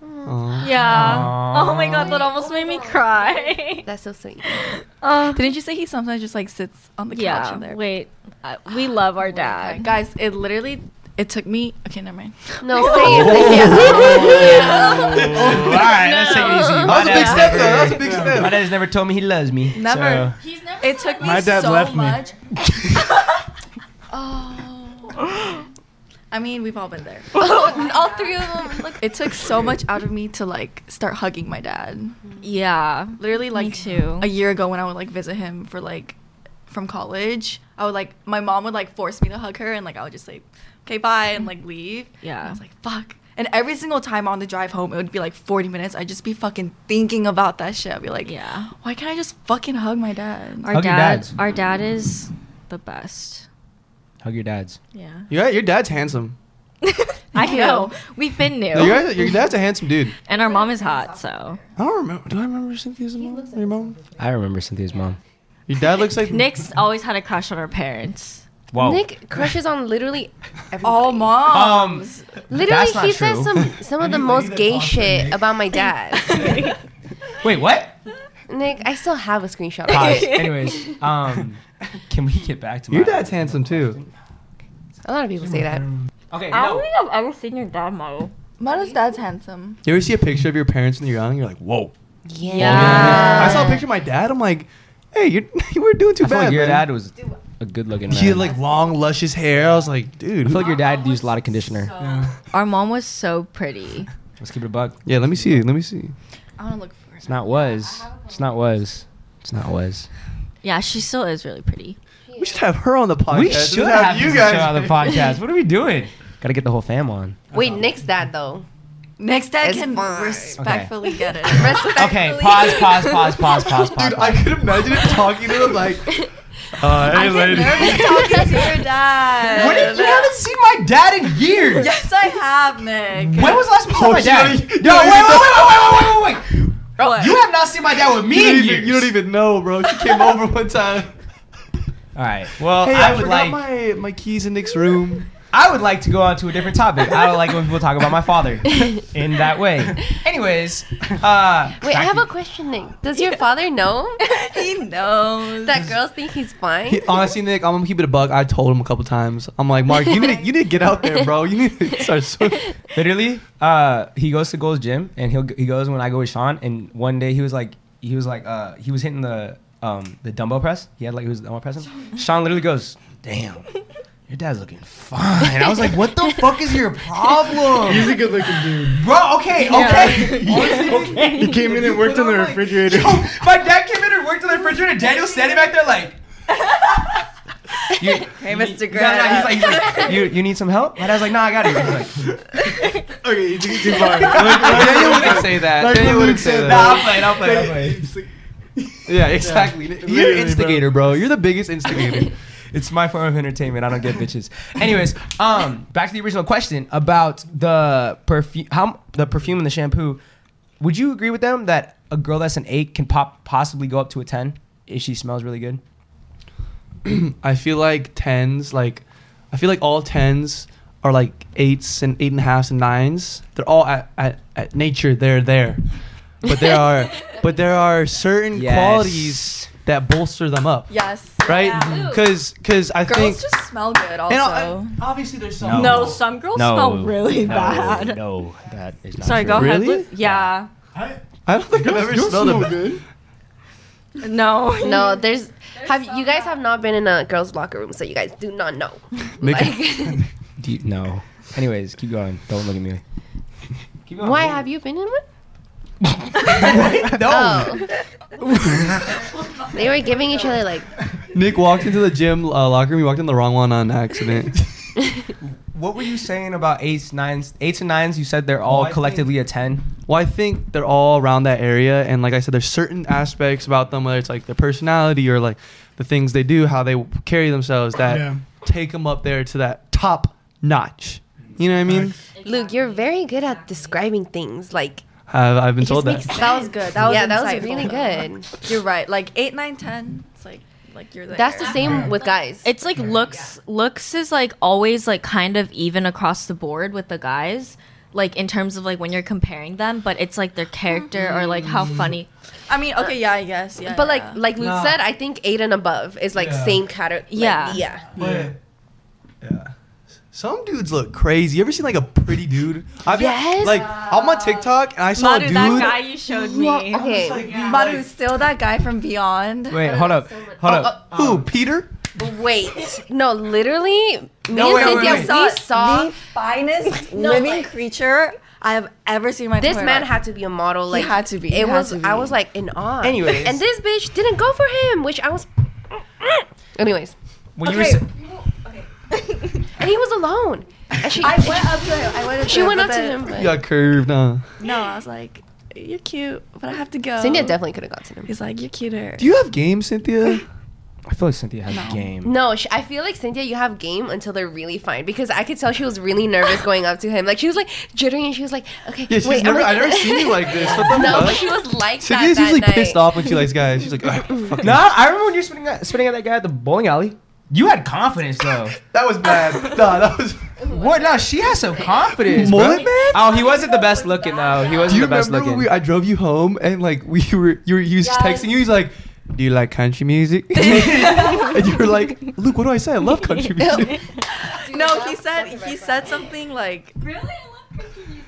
Speaker 3: Aw.
Speaker 5: Yeah. Oh my god, that almost made me cry.
Speaker 7: that's so sweet.
Speaker 5: Oh
Speaker 2: Didn't you say he sometimes just like sits on the couch
Speaker 5: yeah.
Speaker 2: in there?
Speaker 5: Wait, uh, we love our
Speaker 2: Okay,
Speaker 5: dad.
Speaker 2: guys, it literally it took me. Okay, never mind.
Speaker 7: No, say it. Say
Speaker 3: Oh,
Speaker 1: All right, let's take it easy. My
Speaker 3: That was a big
Speaker 1: dad's
Speaker 3: step, though. That was
Speaker 1: never-
Speaker 3: a big
Speaker 1: my
Speaker 3: step.
Speaker 1: dad's never told me he loves me.
Speaker 2: Never.
Speaker 1: so-
Speaker 5: He's never.
Speaker 2: It took me
Speaker 6: My dad
Speaker 2: so
Speaker 6: left me.
Speaker 2: much. oh. I mean, we've all been there.
Speaker 7: All three of them. Look.
Speaker 2: It took so much out of me to like start hugging my dad.
Speaker 5: yeah.
Speaker 2: Literally, like
Speaker 5: too.
Speaker 2: a year ago when I would like visit him for like from college, I would like my mom would like force me to hug her and like I would just say, "Okay, bye," and like leave.
Speaker 5: Yeah.
Speaker 2: And I was like, "Fuck." And every single time on the drive home, it would be like 40 minutes. I'd just be fucking thinking about that shit. I'd be like,
Speaker 5: Yeah.
Speaker 2: why can't I just fucking hug my dad?
Speaker 5: Our
Speaker 1: Hug your
Speaker 5: dad.
Speaker 1: dads.
Speaker 5: Our dad is the best.
Speaker 1: Hug your dads.
Speaker 5: Yeah.
Speaker 3: You got- your dad's handsome.
Speaker 5: I know. We've been new.
Speaker 3: No, your, guys- your dad's a handsome dude.
Speaker 5: and our mom is hot, so.
Speaker 3: I don't remember. Do I remember Cynthia's mom? Your mom?
Speaker 1: I remember Cynthia's mom.
Speaker 3: Your dad looks like
Speaker 5: Nick's always had a crush on our parents.
Speaker 1: Wow.
Speaker 7: Nick crushes on literally everybody.
Speaker 2: All
Speaker 1: Um,
Speaker 2: moms.
Speaker 7: literally,
Speaker 1: not
Speaker 7: he says
Speaker 1: true.
Speaker 7: some some of the most gay shit about my dad.
Speaker 1: wait, what?
Speaker 7: Nick, I still have a screenshot. of
Speaker 1: Pause.
Speaker 7: it.
Speaker 1: Anyways, um, can we get back to my
Speaker 3: Your dad's handsome too.
Speaker 7: A lot of people say that.
Speaker 1: Okay,
Speaker 5: I
Speaker 1: no.
Speaker 5: don't think I've ever seen your dad model.
Speaker 2: Mama's dad's handsome.
Speaker 3: You ever see a picture of your parents when you're young? You're like, whoa.
Speaker 1: Oh,
Speaker 7: Yeah.
Speaker 3: I saw a picture of my dad. I'm like, hey, you're, you weren't doing too
Speaker 1: I feel
Speaker 3: bad.
Speaker 1: like your
Speaker 3: man.
Speaker 1: dad was a good-looking man.
Speaker 3: He had like long, luscious hair. I was like, dude.
Speaker 1: I
Speaker 3: who-
Speaker 1: feel like your dad used a lot of conditioner.
Speaker 5: Our mom was so pretty.
Speaker 1: Let's keep it a buck.
Speaker 3: yeah, let me see. Let me see.
Speaker 2: I want to look for
Speaker 1: It's not was. It's not was. It's not was.
Speaker 5: Yeah, she still is really pretty.
Speaker 3: We should have her on the podcast.
Speaker 1: We
Speaker 3: Let's
Speaker 1: should have
Speaker 3: you
Speaker 1: you
Speaker 3: guys
Speaker 1: on the podcast. What are we doing? Gotta get the whole fam on.
Speaker 7: Wait, Nick's dad though.
Speaker 2: Next dad
Speaker 7: It's
Speaker 2: can
Speaker 7: fine.
Speaker 2: respectfully get it.
Speaker 1: Okay, pause, pause, pause, pause, pause, pause.
Speaker 3: Dude, I could imagine him talking to him like, uh, hey, lady.
Speaker 2: talking to your dad.
Speaker 1: What did- you haven't seen my dad in years.
Speaker 2: Yes, I have, Nick.
Speaker 1: When was the last time you saw
Speaker 3: Oh,
Speaker 1: my
Speaker 3: she
Speaker 1: dad?
Speaker 3: don't even-
Speaker 1: No, wait, wait, wait, wait, wait, wait, wait, wait, wait.
Speaker 2: What?
Speaker 1: You have not seen my dad with
Speaker 3: You
Speaker 1: me
Speaker 3: don't,
Speaker 1: in
Speaker 3: even,
Speaker 1: years.
Speaker 3: you don't even know, bro. She came over one time.
Speaker 1: All right. Well,
Speaker 3: Hey,
Speaker 1: Oh, I,
Speaker 3: I,
Speaker 1: would
Speaker 3: forgot
Speaker 1: like
Speaker 3: my, my keys in Nick's room.
Speaker 1: I would like to go on to a different topic. I don't like when people talk about my father in that way. Anyways, uh,
Speaker 7: Wait, I have a question, Nick. Does your father know
Speaker 2: he knows.
Speaker 7: that girls think he's fine?
Speaker 3: He- honestly, Nick, I'm gonna keep it a buck. I told him a couple times. I'm like, Mark, you need to, you need to get out there, bro. You need to start swimming.
Speaker 1: literally, uh, he goes to Gold's Gym and he'll he goes when I go with Sean. And one day he was like he was like uh, he was hitting the um, the dumbbell press. He had like he was dumbbell pressing. Sean literally goes, "Damn, your dad's looking fine." And I was like, "What the fuck is your problem,
Speaker 6: He's a good looking dude.
Speaker 1: bro?" Okay, okay. Honestly,
Speaker 6: He came in and worked in the
Speaker 1: I'm like,
Speaker 6: refrigerator.
Speaker 1: Yo, my dad came in and worked on the refrigerator. Daniel standing back there like. hey, Mr. Grant. No, no, he's like, he's like, you, you need some help? My dad's like, nah, I got it. He's like,
Speaker 6: okay, you took it too far.
Speaker 3: Daniel wouldn't say that.
Speaker 6: Like
Speaker 3: Daniel
Speaker 6: what
Speaker 3: wouldn't
Speaker 6: Luke
Speaker 3: say
Speaker 6: said.
Speaker 1: nah,
Speaker 3: that.
Speaker 1: I'm playing, I'm playing, I'm playing.
Speaker 6: It's like-
Speaker 3: Yeah, exactly. You're
Speaker 6: Literally,
Speaker 3: an
Speaker 6: bro.
Speaker 3: instigator, bro. You're the biggest instigator.
Speaker 1: It's my form of entertainment. I don't get bitches. Anyways, um, back to the original question about the perfume, how the perfume and the shampoo. Would you agree with them that a girl that's an eight can pop possibly go up to a ten if she smells really good?
Speaker 3: I feel like tens, like I feel like all tens are like eights and eight and a halfs and nines. They're all at, at, at nature. They're there, but there are but there are certain
Speaker 1: Yes.
Speaker 3: qualities that bolster them up,
Speaker 2: Yes.
Speaker 3: right? Because because I think
Speaker 2: Girls just smell good also.
Speaker 3: and I- obviously there's some
Speaker 5: No, some girls smell really bad.
Speaker 1: No, that is not
Speaker 5: Sorry,
Speaker 1: true.
Speaker 5: go ahead.
Speaker 3: Really?
Speaker 5: Luke. Yeah.
Speaker 6: I,
Speaker 3: I don't think I've ever smelled a bad.
Speaker 6: good.
Speaker 5: No.
Speaker 7: No, there's. Have you guys have not been in a girls' locker room, so you guys do not know. Like,
Speaker 1: Do you- no. Anyways, keep going. Don't look at me. Keep going.
Speaker 7: why have you been in one?
Speaker 1: no.
Speaker 7: Oh. they were giving each other like
Speaker 3: Nick walked into the gym uh, locker room. He walked in the wrong one on accident.
Speaker 1: What were you saying about eights, nines, eights and nines? You said they're all
Speaker 3: Well, I
Speaker 1: collectively a ten.
Speaker 3: Well, I think they're all around that area, and like I said, there's certain aspects about them, whether it's like their personality or like the things they do, how they carry themselves, that
Speaker 6: Yeah.
Speaker 3: take them up there to that top notch. You know what I mean?
Speaker 7: Luke. You're very good at describing things. Like
Speaker 3: I've, I've been
Speaker 7: it
Speaker 3: told
Speaker 7: just
Speaker 3: that.
Speaker 7: makes sense.
Speaker 2: That was good. That was
Speaker 7: yeah, that was
Speaker 2: insightful.
Speaker 7: really good.
Speaker 2: You're right. Like eight, nine, ten. It's like like you're there.
Speaker 7: That's the same with guys.
Speaker 5: It's like looks looks is like always like kind of even across the board with the guys. Like in terms of like when you're comparing them, but it's like their character or like how funny.
Speaker 2: I mean, okay, yeah, I guess. Yeah.
Speaker 7: but like
Speaker 2: yeah.
Speaker 7: like Luke
Speaker 1: No.
Speaker 7: said, I think eight and above is like
Speaker 3: Yeah.
Speaker 7: same category.
Speaker 5: Yeah.
Speaker 7: yeah.
Speaker 3: Yeah. Some dudes look crazy. You ever seen like a pretty dude? I've
Speaker 7: Yes.
Speaker 3: Like I'm on TikTok and I saw a
Speaker 5: Maru,
Speaker 3: dude.
Speaker 5: that guy you showed me.
Speaker 7: Okay.
Speaker 3: Like, dude,
Speaker 2: Maru's still that guy from Beyond.
Speaker 1: Wait, hold up, hold
Speaker 3: like,
Speaker 1: up.
Speaker 3: who? Peter?
Speaker 7: Wait, no, literally, me
Speaker 1: No,
Speaker 7: and
Speaker 1: wait, wait,
Speaker 7: Cynthia,
Speaker 1: wait.
Speaker 7: we saw
Speaker 2: the finest
Speaker 7: No,
Speaker 2: living
Speaker 7: like-
Speaker 2: creature I have ever seen in my
Speaker 7: this
Speaker 2: entire
Speaker 7: man
Speaker 2: life.
Speaker 7: had to be a model. Like
Speaker 2: had to be,
Speaker 7: It
Speaker 2: he had
Speaker 7: was.
Speaker 2: to be.
Speaker 7: I was like in awe.
Speaker 1: Anyways.
Speaker 7: and this bitch didn't go for him, which I was. Anyways,
Speaker 1: When
Speaker 7: Okay.
Speaker 1: you were, sa-
Speaker 7: and he was alone, and she.
Speaker 2: I went up to him. I went up to
Speaker 7: she
Speaker 2: him,
Speaker 7: went
Speaker 2: but
Speaker 7: up to
Speaker 2: then-
Speaker 7: him.
Speaker 3: You got curved, huh?
Speaker 2: No, I was like, "You're cute, but I have to go."
Speaker 7: Cynthia definitely could have gotten him.
Speaker 2: He's like, "You're cuter."
Speaker 3: Do you have game, Cynthia?
Speaker 1: I feel like Cynthia has a game.
Speaker 7: No, sh I feel like Cynthia, you have game until they're really fine because I could tell she was really nervous going up to him. Like she was like jittery, and she was like, "Okay,
Speaker 3: Yeah, she's
Speaker 7: wait,
Speaker 3: never.
Speaker 7: I'm
Speaker 3: I've never seen you like this. What the
Speaker 7: No,
Speaker 3: fuck?
Speaker 7: but she was like
Speaker 3: Cynthia's
Speaker 7: that
Speaker 3: usually
Speaker 7: that night.
Speaker 3: pissed off when she likes guys. She's like, "Ugh, fuck
Speaker 1: No,
Speaker 3: you."
Speaker 1: I remember when you were spinning that, spinning at that guy at the bowling alley. You had confidence though.
Speaker 3: that was bad. no, that was.
Speaker 1: what? No, she has some confidence.
Speaker 3: Mullet
Speaker 1: bro.
Speaker 3: man?
Speaker 1: Oh, he wasn't the best looking though. He
Speaker 3: Do
Speaker 1: wasn't
Speaker 3: you
Speaker 1: the best
Speaker 3: remember
Speaker 1: looking.
Speaker 3: when we, I drove you home and like we were you were he was texting you? He's like, "Do you like country music?" and you were like, "Luke, what do I say? I love country music."
Speaker 2: No, he said he said something like. Really,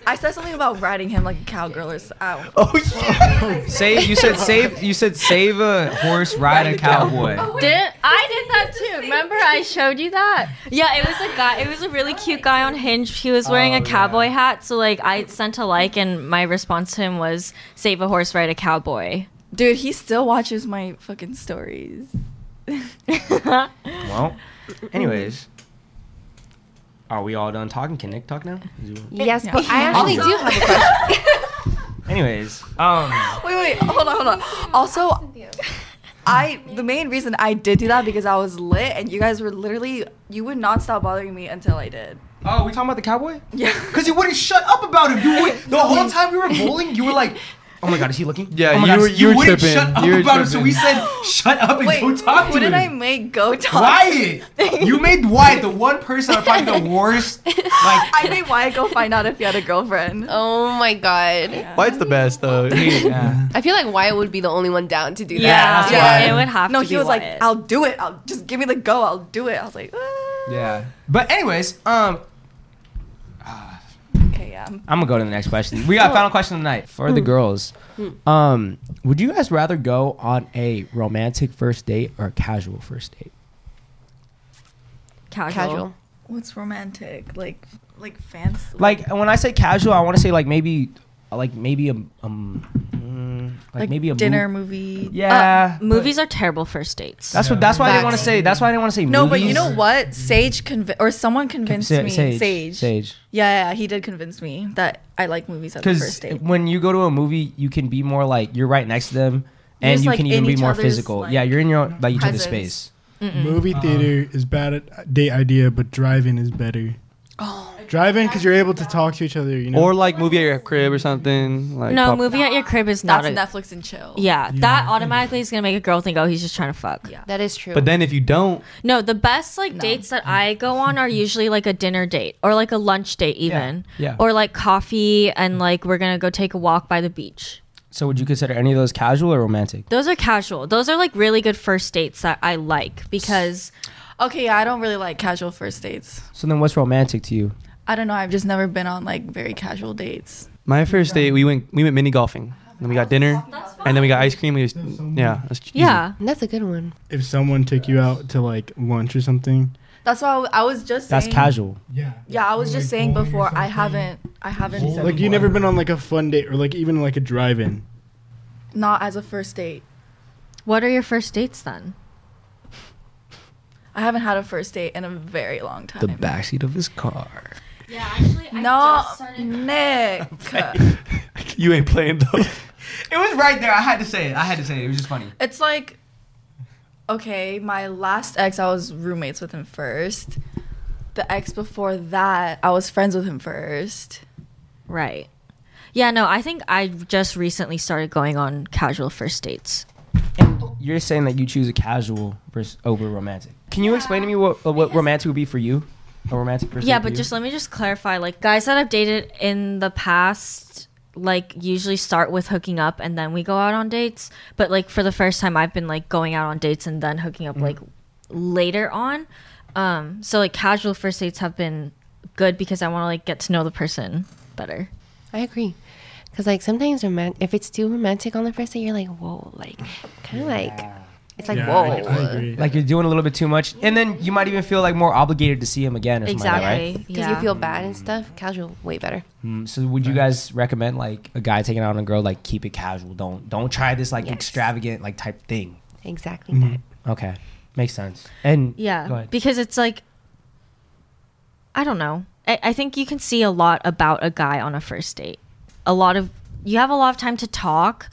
Speaker 2: I said something about riding him like a cowgirl or something.
Speaker 3: oh yeah.
Speaker 1: save. You said save. You said save a horse, ride a cowboy. Oh,
Speaker 5: Did I did that too? Remember I showed you that? Yeah, it was a guy. It was a really cute guy on Hinge. He was wearing a cowboy hat. So like I sent a like, and my response to him was "Save a horse, ride a cowboy."
Speaker 2: Dude, he still watches my fucking stories.
Speaker 1: Well, anyways, are we all done talking? Can Nick talk now? Is he-
Speaker 7: Yes, but I actually
Speaker 1: Also-
Speaker 7: do have a question.
Speaker 1: Anyways, um,
Speaker 2: Wait, wait, hold on, hold on. Also, I the main reason I did do that because I was lit and you guys were literally you would not stop bothering me until I did.
Speaker 1: oh, we talking about the cowboy?
Speaker 2: Yeah.
Speaker 1: Cause you wouldn't shut up about him. You would, the whole time we were bowling, you were like, "Oh my god, is he looking?"
Speaker 3: Yeah,
Speaker 1: oh my
Speaker 3: you
Speaker 1: God,
Speaker 3: were-
Speaker 1: is-
Speaker 3: you were
Speaker 1: wouldn't
Speaker 3: tripping.
Speaker 1: shut up
Speaker 3: You were
Speaker 1: about him. So we
Speaker 3: tripping.
Speaker 1: said, "Shut up and
Speaker 2: Wait,
Speaker 1: go talk to
Speaker 2: who
Speaker 1: him."
Speaker 2: did I make go talk?
Speaker 1: Wyatt, you made Wyatt the one person I find the worst. Like,
Speaker 2: I made Wyatt go find out if he had a girlfriend.
Speaker 7: Oh my god.
Speaker 3: Why it's the best though?
Speaker 1: yeah.
Speaker 7: I feel like Wyatt would be the only one down to do
Speaker 5: Yeah,
Speaker 7: that.
Speaker 1: that's why.
Speaker 5: it would have
Speaker 2: no,
Speaker 5: to
Speaker 2: he
Speaker 5: be
Speaker 2: was like,
Speaker 5: Wyatt.
Speaker 2: I'll do it. I'll just give me the go. I'll do it. I was like, ah.
Speaker 1: yeah. But anyways, um,
Speaker 2: okay, yeah.
Speaker 1: I'm gonna go to the next question. We
Speaker 2: Oh.
Speaker 1: got a final question tonight for the
Speaker 2: Hmm.
Speaker 1: girls. Um, would you guys rather go on a romantic first date or a casual first date?
Speaker 5: casual.
Speaker 7: Casual.
Speaker 2: What's romantic? Like, like fancy?
Speaker 1: Like when I say casual, I want to say like maybe, like maybe a um, mm, like, maybe a
Speaker 2: dinner uh,
Speaker 1: mov-
Speaker 2: movie.
Speaker 1: yeah.
Speaker 5: Uh, Movies are terrible first dates.
Speaker 1: that's what. That's why I didn't want to
Speaker 7: Facts.
Speaker 1: say. That's why I didn't want to say.
Speaker 2: No,
Speaker 1: movies.
Speaker 2: but you know what? Sage convi- or someone convinced
Speaker 1: Sa-
Speaker 2: me.
Speaker 1: Sage.
Speaker 2: Sage.
Speaker 1: Sage.
Speaker 2: Yeah, yeah, he did convince me that I like movies at the
Speaker 1: Because
Speaker 2: first date.
Speaker 1: when you go to a movie, you can be more like you're right next to them, and
Speaker 2: just,
Speaker 1: you
Speaker 2: like,
Speaker 1: can even
Speaker 2: in
Speaker 1: be
Speaker 2: each
Speaker 1: more
Speaker 2: other's,
Speaker 1: physical.
Speaker 2: like,
Speaker 1: yeah, you're in your own- like each other's
Speaker 2: presence.
Speaker 1: space.
Speaker 6: Uh-uh. uh, Movie theater is bad at date idea, but driving is better.
Speaker 2: Oh,
Speaker 6: Drive-in because you're able to talk to each other. You know.
Speaker 3: Or like movie at your crib or something. Like
Speaker 5: no,
Speaker 3: pop-
Speaker 5: movie at your crib is not
Speaker 2: That's
Speaker 5: a,
Speaker 2: Netflix and chill.
Speaker 5: Yeah, that automatically is gonna make a girl think, oh, he's just trying to fuck.
Speaker 2: Yeah.
Speaker 7: That is true.
Speaker 3: But then if you don't,
Speaker 5: No, the best like dates that I go on are usually like a dinner date or like a lunch date even,
Speaker 1: yeah.
Speaker 5: or like coffee and like we're gonna go take a walk by the beach.
Speaker 1: So would you consider any of those casual or romantic?
Speaker 5: Those are casual. Those are like really good first dates that I like because
Speaker 2: Okay, yeah, I don't really like casual first dates.
Speaker 1: So then what's romantic to you?
Speaker 2: I don't know. I've just never been on like very casual dates.
Speaker 3: my first date we went we went mini golfing. Then we got dinner, and then we got ice cream. We just yeah, that's easy.
Speaker 5: yeah,
Speaker 7: And that's a good one.
Speaker 6: if someone took you out to like lunch or something.
Speaker 2: That's why I, w- I was just
Speaker 1: That's
Speaker 2: saying-
Speaker 1: casual.
Speaker 6: Yeah.
Speaker 2: Yeah, I was just saying before. I haven't. I haven't.
Speaker 6: Like you never been on like a fun date or like even like a drive-in.
Speaker 2: Not as a first date.
Speaker 5: what are your first dates then?
Speaker 2: I haven't had a first date in a very long time.
Speaker 1: backseat of his car.
Speaker 5: Yeah, actually,
Speaker 2: No, Nick.
Speaker 3: You ain't playing though.
Speaker 1: It was right there. I had to say it. I had to say it. It was just funny.
Speaker 2: It's like, okay, my last ex, I was roommates with him first. The ex before that, I was friends with him first.
Speaker 5: Right. Yeah, no, I think I just recently started going on casual first dates.
Speaker 1: You're saying that you choose a casual versus over romantic. Can you explain to me what uh, what romantic would be for you? A romantic person.
Speaker 5: Yeah, but just let me just clarify like guys that I've dated in the past like usually start with hooking up and then we go out on dates, but like for the first time I've been like going out on dates and then hooking up like later on. Um so like casual first dates have been good because I want to like get to know the person better.
Speaker 7: I agree. Because, like, sometimes roman- if it's too romantic on the first date, you're like, whoa, like, kind of like, it's like,
Speaker 6: Yeah,
Speaker 7: whoa.
Speaker 6: I, I agree.
Speaker 1: like you're doing a little bit too much, and then you might even feel like more obligated to see him again or something like that,
Speaker 5: Exactly.
Speaker 7: Because
Speaker 5: yeah.
Speaker 7: you feel bad and stuff. Casual, way better.
Speaker 1: right? Mm, So would you guys recommend like a guy taking out on a girl like keep it casual? Don't don't try this like extravagant like type thing.
Speaker 7: Exactly
Speaker 3: Mm-hmm.
Speaker 7: that.
Speaker 1: Okay, makes sense. And
Speaker 5: Yeah.
Speaker 1: go ahead.
Speaker 5: Because it's like, I don't know. I, I think you can see a lot about a guy on a first date. A lot of, you have a lot of time to talk.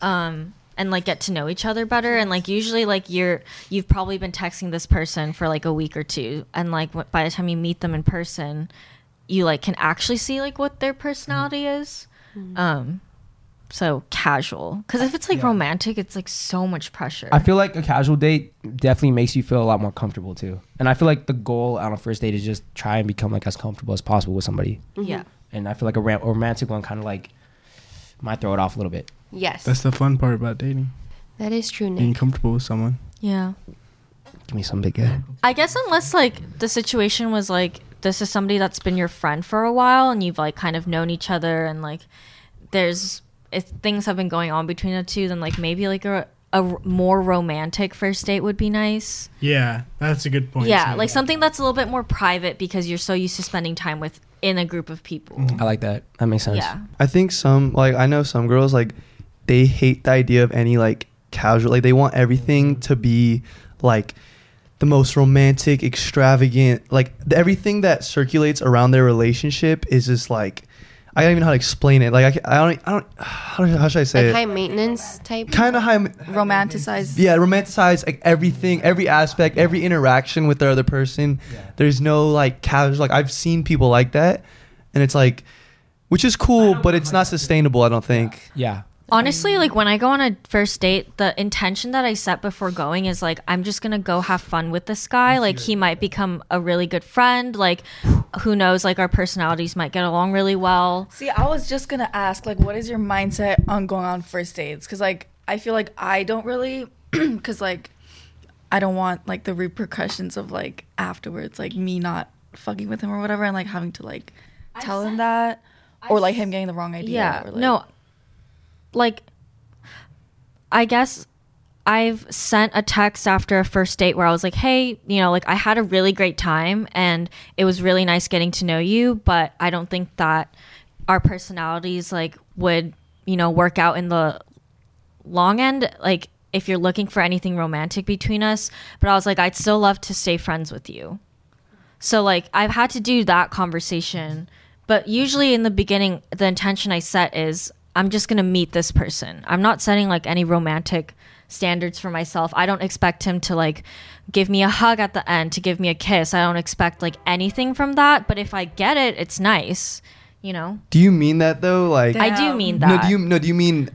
Speaker 5: Um, and like get to know each other better and like usually like you're you've probably been texting this person for like a week or two and like wh- by the time you meet them in person you like can actually see like what their personality
Speaker 1: Mm-hmm.
Speaker 5: is um so casual because if it's like romantic it's like so much pressure
Speaker 1: I feel like a casual date definitely makes you feel a lot more comfortable too. And I feel like the goal on a first date is just try and become like as comfortable as possible with somebody.
Speaker 5: yeah
Speaker 1: And I feel like a ram- romantic one kind of like might throw it off a little bit.
Speaker 7: Yes.
Speaker 6: That's the fun part about dating.
Speaker 7: that is true,
Speaker 6: Being
Speaker 7: Nick.
Speaker 6: comfortable with someone.
Speaker 5: yeah
Speaker 1: Give me something good.
Speaker 5: I guess unless like the situation was like this is somebody that's been your friend for a while and you've like kind of known each other and like there's if things have been going on between the two then like maybe like a a r- more romantic first date would be nice.
Speaker 6: Yeah, that's a good point.
Speaker 5: Yeah, like something that's a little bit more private because you're so used to spending time with in a group of people.
Speaker 1: I like that. That makes sense.
Speaker 5: Yeah.
Speaker 3: I think some like I know some girls like they hate the idea of any like casual like they want everything to be like the most romantic, extravagant, like the, everything that circulates around their relationship is just like I don't even know how to explain it. Like I, ca- I don't I don't how, do- how should I say
Speaker 7: Like, high
Speaker 3: it?
Speaker 7: maintenance type.
Speaker 3: Kind of high
Speaker 2: Romanticized.
Speaker 3: yeah, romanticize like everything, every aspect, every interaction with the other person. There's no like casual. Like I've seen people like that, and it's like, which is cool, but it's not sustainable. I don't think.
Speaker 1: Yeah.
Speaker 5: Honestly, like when I go on a first date, the intention that I set before going is like, I'm just gonna go have fun with this guy. Like, he might become a really good friend. Like, who knows? Like, our personalities might get along really well.
Speaker 2: See, I was just gonna ask, like, what is your mindset on going on first dates? Cause, like, I feel like I don't really, cause, like, I don't want, like, the repercussions of, like, afterwards, like, me not fucking with him or whatever and, like, having to, like, tell him that or, like, him getting the wrong idea.
Speaker 5: Yeah.
Speaker 2: or, like-
Speaker 5: No, like, I guess I've sent a text after a first date where I was like, hey, you know, like I had a really great time and it was really nice getting to know you, but I don't think that our personalities like would, you know, work out in the long end. Like, if you're looking for anything romantic between us, but I was like, I'd still love to stay friends with you. So, like, I've had to do that conversation. But usually in the beginning, the intention I set is I'm just going to meet this person. I'm not setting like any romantic standards for myself. I don't expect him to like give me a hug at the end, to give me a kiss. I don't expect like anything from that. But if I get it, it's nice, you know?
Speaker 3: Do you mean that though? Like
Speaker 5: I do
Speaker 2: Damn.
Speaker 5: mean that.
Speaker 3: no, do you no do you mean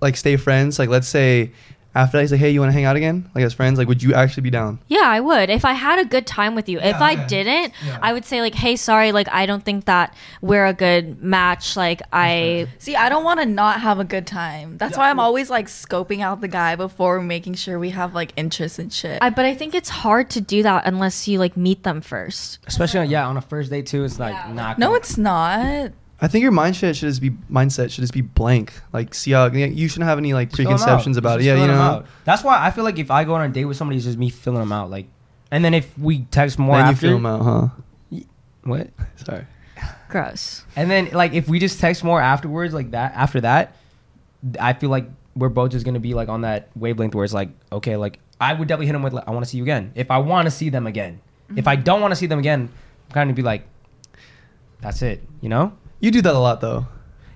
Speaker 3: like stay friends? Like let's say after that he's like, hey, you want to hang out again? Like as friends, like would you actually be down?
Speaker 5: Yeah, I would. If I had a good time with you. if I didn't, I would say like, "Hey, sorry, like I don't think that we're a good match. Like I
Speaker 2: See, I don't want to not have a good time. That's why I'm always like scoping out the guy before making sure we have like interests and shit.
Speaker 5: I but I think it's hard to do that unless you like meet them first.
Speaker 1: Especially on, yeah on a first date too. It's like not.
Speaker 2: no,
Speaker 1: gonna-
Speaker 2: it's not.
Speaker 3: I think your mindset should just be mindset should just be blank. Like see how you shouldn't have any like
Speaker 1: Fill 'em out.
Speaker 3: preconceptions about it.
Speaker 1: Just
Speaker 3: Yeah, you
Speaker 1: fill 'em
Speaker 3: know.
Speaker 1: out. That's why I feel like if I go on a date with somebody, it's just me filling them out. Like, and then if we text more
Speaker 3: Then you
Speaker 1: after,
Speaker 3: feel 'em out,
Speaker 1: what?
Speaker 3: huh? Sorry.
Speaker 5: Gross.
Speaker 1: And then like if we just text more afterwards, like that after that, I feel like we're both just gonna be like on that wavelength where it's like, okay, like I would definitely hit them with like, I want to see you again. If I want to see them again, if
Speaker 5: Mm-hmm.
Speaker 1: I don't want to see them again, I'm kind of be like, that's it, you know?
Speaker 3: You do that a lot though.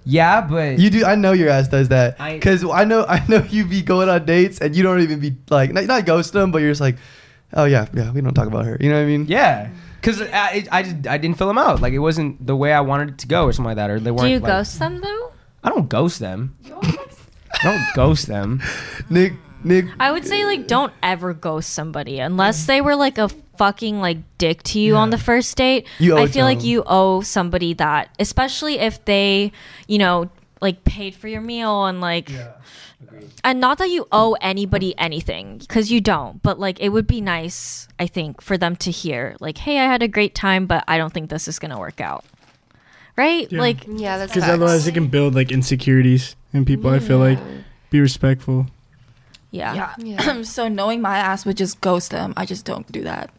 Speaker 1: Yeah, but
Speaker 3: You do. I know your ass does that
Speaker 1: I-
Speaker 3: because I, know. I know you be going on dates and you don't even be like not, not ghost them, but you're just like, oh yeah, yeah, we don't talk about her. You know what I mean?
Speaker 1: yeah. Cause I, it- I just I didn't fill them out like it wasn't the way I wanted it to go or something like that or they weren't.
Speaker 5: Do you
Speaker 1: like-
Speaker 5: ghost them though?
Speaker 1: I don't ghost them. I don't ghost them.
Speaker 3: Nick, Nick,
Speaker 5: I would say like don't ever ghost somebody unless they were like a fucking like dick to you on the first date.
Speaker 3: You owe
Speaker 5: I
Speaker 3: it to
Speaker 5: feel like
Speaker 3: them.
Speaker 5: you owe somebody that, especially if they, you know, like paid for your meal and like and not that you owe anybody anything because you don't but like it would be nice i think for them to hear like hey i had a great time but i don't think this is gonna work out right
Speaker 6: Yeah.
Speaker 5: like
Speaker 7: Yeah, that's
Speaker 6: Because otherwise, it can build like insecurities in people. I feel like be respectful.
Speaker 5: yeah.
Speaker 2: Yeah.
Speaker 7: Yeah.
Speaker 2: so knowing my ass would just ghost them. I just don't do that.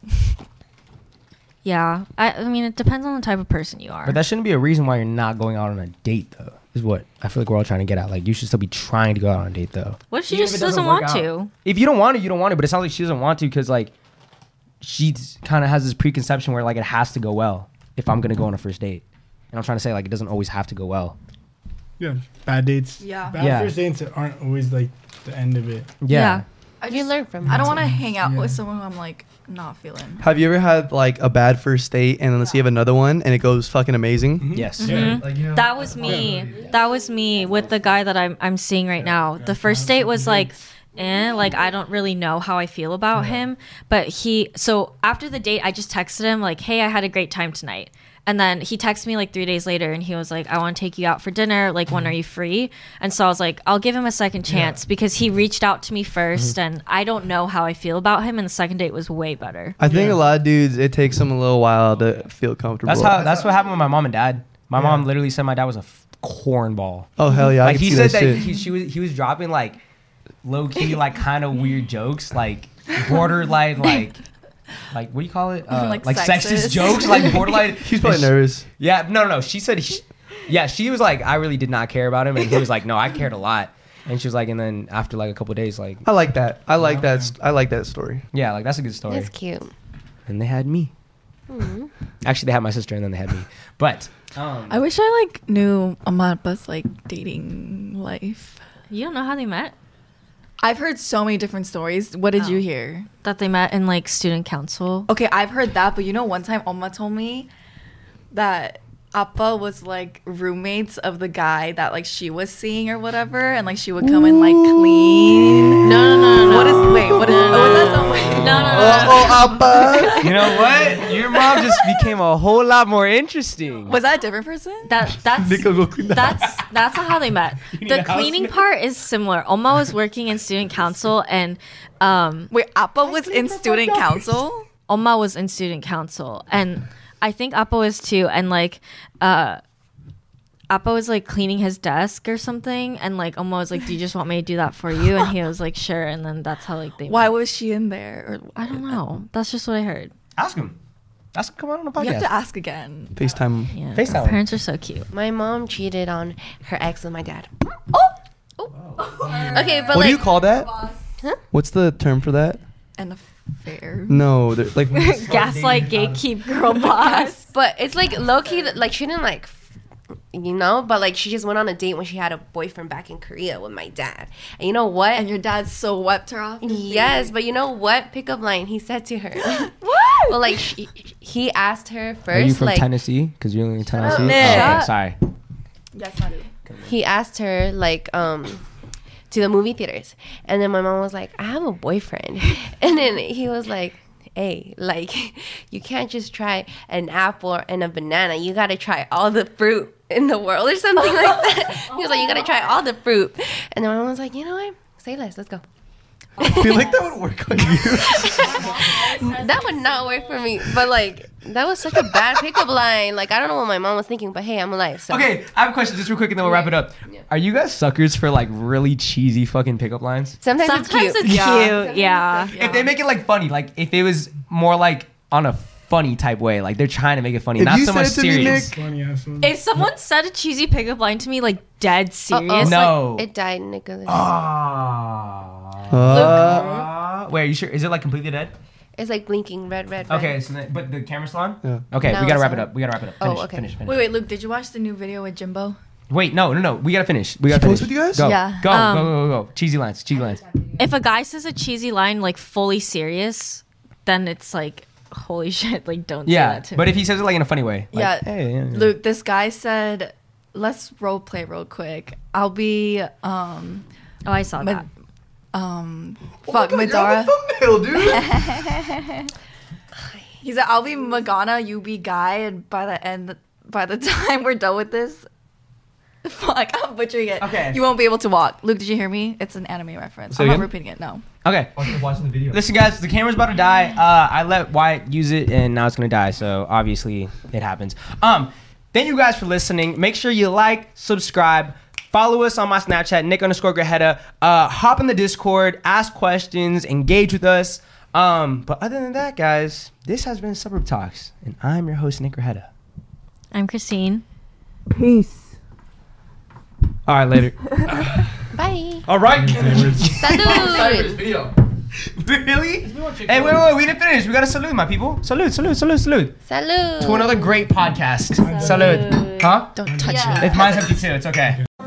Speaker 5: Yeah, I, I mean, it depends on the type of person you are.
Speaker 1: But that shouldn't be a reason why you're not going out on a date, though. Is what I feel like we're all trying to get at. Like you should still be trying to go out on a date, though.
Speaker 5: what if she
Speaker 1: Even
Speaker 5: just
Speaker 1: if it doesn't
Speaker 5: doesn't, want
Speaker 1: work
Speaker 5: to?
Speaker 1: If you don't want to, you don't want to. But it sounds like she doesn't want to because like she kind of has this preconception where like it has to go well if I'm gonna go on a first date. And I'm trying to say like it doesn't always have to go well.
Speaker 6: Yeah, bad dates.
Speaker 2: Yeah.
Speaker 6: bad
Speaker 1: Yeah.
Speaker 6: first dates aren't always like the end of it.
Speaker 5: Yeah.
Speaker 1: Mm-hmm.
Speaker 2: I
Speaker 7: You
Speaker 2: just,
Speaker 7: learn from.
Speaker 2: I
Speaker 7: it.
Speaker 2: don't want to hang out with
Speaker 6: Yeah.
Speaker 2: someone who I'm like not feeling.
Speaker 3: have you ever had like a bad first date and then let's say you have another one and it goes fucking amazing?
Speaker 1: Yes.
Speaker 6: Like, you know,
Speaker 5: That was me. That was me with the guy that I'm I'm seeing right now. The first date was like, eh, like I don't really know how I feel about him. But he, so after the date, I just texted him like, hey, I had a great time tonight. And then he texted me like three days later, and he was like, I want to take you out for dinner. Like, when are you free? And so I was like, I'll give him a second chance because he reached out to me 1st and I don't know how I feel about him. And the second date was way better.
Speaker 3: I think a lot of dudes it takes them a little while to feel comfortable.
Speaker 1: That's how. That's what happened with my mom and dad. My mom literally said my dad was a f- cornball.
Speaker 3: oh hell yeah! I
Speaker 1: like
Speaker 3: can
Speaker 1: he
Speaker 3: see
Speaker 1: said that,
Speaker 3: that, shit.
Speaker 1: he, she was he was dropping like low key like kind of weird jokes like borderline like like what do you call it uh, like,
Speaker 2: Like
Speaker 1: sexist.
Speaker 2: sexist.
Speaker 1: jokes like borderline
Speaker 3: He's probably
Speaker 1: and she-
Speaker 3: nervous.
Speaker 1: yeah no no no she said he, yeah she was like I really did not care about him and he was like no I cared a lot and she was like and then after like a couple days like
Speaker 3: I like that. I like that. st- I like that story.
Speaker 1: yeah like that's a good story
Speaker 7: That's cute.
Speaker 1: and they had me actually they had my sister and then they had me but um,
Speaker 2: I wish I like knew Amatba's like dating life.
Speaker 5: You don't know how they met?
Speaker 2: I've heard so many different stories. What did
Speaker 5: Oh.
Speaker 2: you hear?
Speaker 5: That they met in like student council.
Speaker 2: Okay, I've heard that, but you know, one time Oma told me that Appa was like roommates of the guy that like she was seeing or whatever, and like she would come and like clean.
Speaker 5: No, no, no, no.
Speaker 2: What is wait? What is? Oh, is that someone?
Speaker 5: No, no, no.
Speaker 3: Oh, Appa.
Speaker 1: uh, you know what your mom just became a whole lot more interesting
Speaker 2: Was that a different person?
Speaker 5: That that's
Speaker 3: Nico, go clean that.
Speaker 5: that's that's not how they met. The
Speaker 1: a house
Speaker 5: cleaning part is similar. Oma was working in student council, and um,
Speaker 2: Wait, Appa was in student council.
Speaker 5: Oma was in student council, and I think Appa was too. And like, uh, Appa was like cleaning his desk or something, and like Oma was like, "Do you just want me to do that for you?" And he was like, "Sure." And then that's how like they.
Speaker 2: Why
Speaker 5: met.
Speaker 2: was she in there? Or
Speaker 5: I don't know. That's just what I heard.
Speaker 1: ask him ask him come on on the
Speaker 2: you
Speaker 1: podcast
Speaker 2: have to ask again.
Speaker 3: FaceTime.
Speaker 5: Yeah.
Speaker 1: FaceTime him.
Speaker 5: Parents are so cute.
Speaker 7: My mom cheated on her ex with my dad. Oh. oh. Okay, but
Speaker 3: What do
Speaker 7: like
Speaker 3: you call that? What's the term for that?
Speaker 2: An affair.
Speaker 3: No, they're- like
Speaker 5: Gaslight gatekeep girl boss.
Speaker 7: But it's like low key, like she didn't like. f- you know, but like she just went on a date when she had a boyfriend back in Korea with my dad. And you know what?
Speaker 2: And your dad so wept her off.
Speaker 7: Yes, but you know what pickup line he said to her? well, like she, he asked her
Speaker 1: Are
Speaker 7: first,
Speaker 1: you from
Speaker 7: like
Speaker 1: Tennessee? Because you're in Tennessee.
Speaker 2: Nick.
Speaker 1: okay, sorry.
Speaker 2: Yes, I do.
Speaker 7: he asked her like um to the movie theaters, and then my mom was like, "I have a boyfriend," and then he was like. Hey, like you can't just try an apple and a banana. You gotta try all the fruit in the world or something like that. He was like, You gotta try all the fruit. And then my mom was like, You know what? Say less, let's go.
Speaker 3: I feel like that would work on you.
Speaker 7: that would not work for me. But like, that was such a bad pickup line. Like, I don't know what my mom was thinking, but hey, I'm alive. So.
Speaker 1: Okay, I have a question just real quick and then we'll wrap it up. Are you guys suckers for like really cheesy fucking pickup lines?
Speaker 7: Sometimes,
Speaker 5: Sometimes
Speaker 7: it's cute.
Speaker 5: it's cute. Yeah.
Speaker 1: If they make it like funny, like if it was more like on a funny type way, like they're trying to make it funny, not so much serious.
Speaker 6: Funny ass one.
Speaker 5: If someone said a cheesy pickup line to me, like dead serious,
Speaker 1: No.
Speaker 5: like,
Speaker 7: it died, Nicholas. Oh,
Speaker 1: Ah.
Speaker 3: Uh,
Speaker 1: Wait, are you sure? Is it like completely dead?
Speaker 7: It's like blinking red, red, red.
Speaker 1: Okay, so then, but the camera's still on?
Speaker 3: Yeah.
Speaker 1: Okay,
Speaker 7: No,
Speaker 1: we gotta
Speaker 7: it's
Speaker 1: wrap it
Speaker 7: not.
Speaker 1: up. We gotta wrap it up.
Speaker 7: Oh,
Speaker 1: Finish,
Speaker 7: okay.
Speaker 1: finish, finish.
Speaker 2: Wait, wait, Luke, did you watch the new video with Jimbo?
Speaker 1: Wait, no, no, no. We gotta finish. We gotta
Speaker 3: Supposed
Speaker 1: finish.
Speaker 3: with you guys?
Speaker 1: Go,
Speaker 2: Yeah.
Speaker 1: go,
Speaker 5: Um,
Speaker 1: go, go, go, go. Cheesy lines, cheesy lines.
Speaker 5: if a guy says a cheesy line like fully serious, then it's like holy shit, like don't say
Speaker 1: Yeah,
Speaker 5: that to
Speaker 1: but
Speaker 5: me.
Speaker 1: if he says it like in a funny way, like,
Speaker 2: Yeah.
Speaker 1: hey, yeah, yeah.
Speaker 2: Luke, this guy said, "Let's role play real quick. I'll be um
Speaker 5: oh, I saw
Speaker 2: Ma-
Speaker 5: that.
Speaker 2: um
Speaker 3: Oh my
Speaker 2: fuck
Speaker 3: God, you're on
Speaker 2: Madara."
Speaker 3: the thumbnail, dude.
Speaker 2: He said, "I'll be Magana, you be Guy," and by the end, by the time we're done with this, fuck, I'm butchering it.
Speaker 1: Okay.
Speaker 2: you won't be able to walk. Luke, did you hear me? It's an anime reference.
Speaker 1: Say
Speaker 2: I'm not
Speaker 1: again?
Speaker 2: repeating it. No.
Speaker 1: Okay.
Speaker 3: watching the video.
Speaker 1: Listen, guys, the camera's about to die. Uh, I let Wyatt use it, and now it's gonna die. So obviously, it happens. Um, thank you guys for listening. Make sure you like, subscribe, follow us on my Snapchat, Nick underscore Grajeda. Uh, hop in the Discord, ask questions, engage with us. Um, but other than that, guys, this has been Suburb Talks, and I'm your host, Nick Grajeda.
Speaker 5: I'm Christine.
Speaker 1: All right, later.
Speaker 7: Bye.
Speaker 1: All right. Oh.
Speaker 7: Salud.
Speaker 1: really? Hey, wait, wait, wait, we didn't finish. We gotta salute, my people. Salute, salute, salute, salute.
Speaker 7: Salud.
Speaker 1: to another great podcast. Salud. Huh?
Speaker 7: Don't touch me.
Speaker 1: If mine's empty too, it's okay.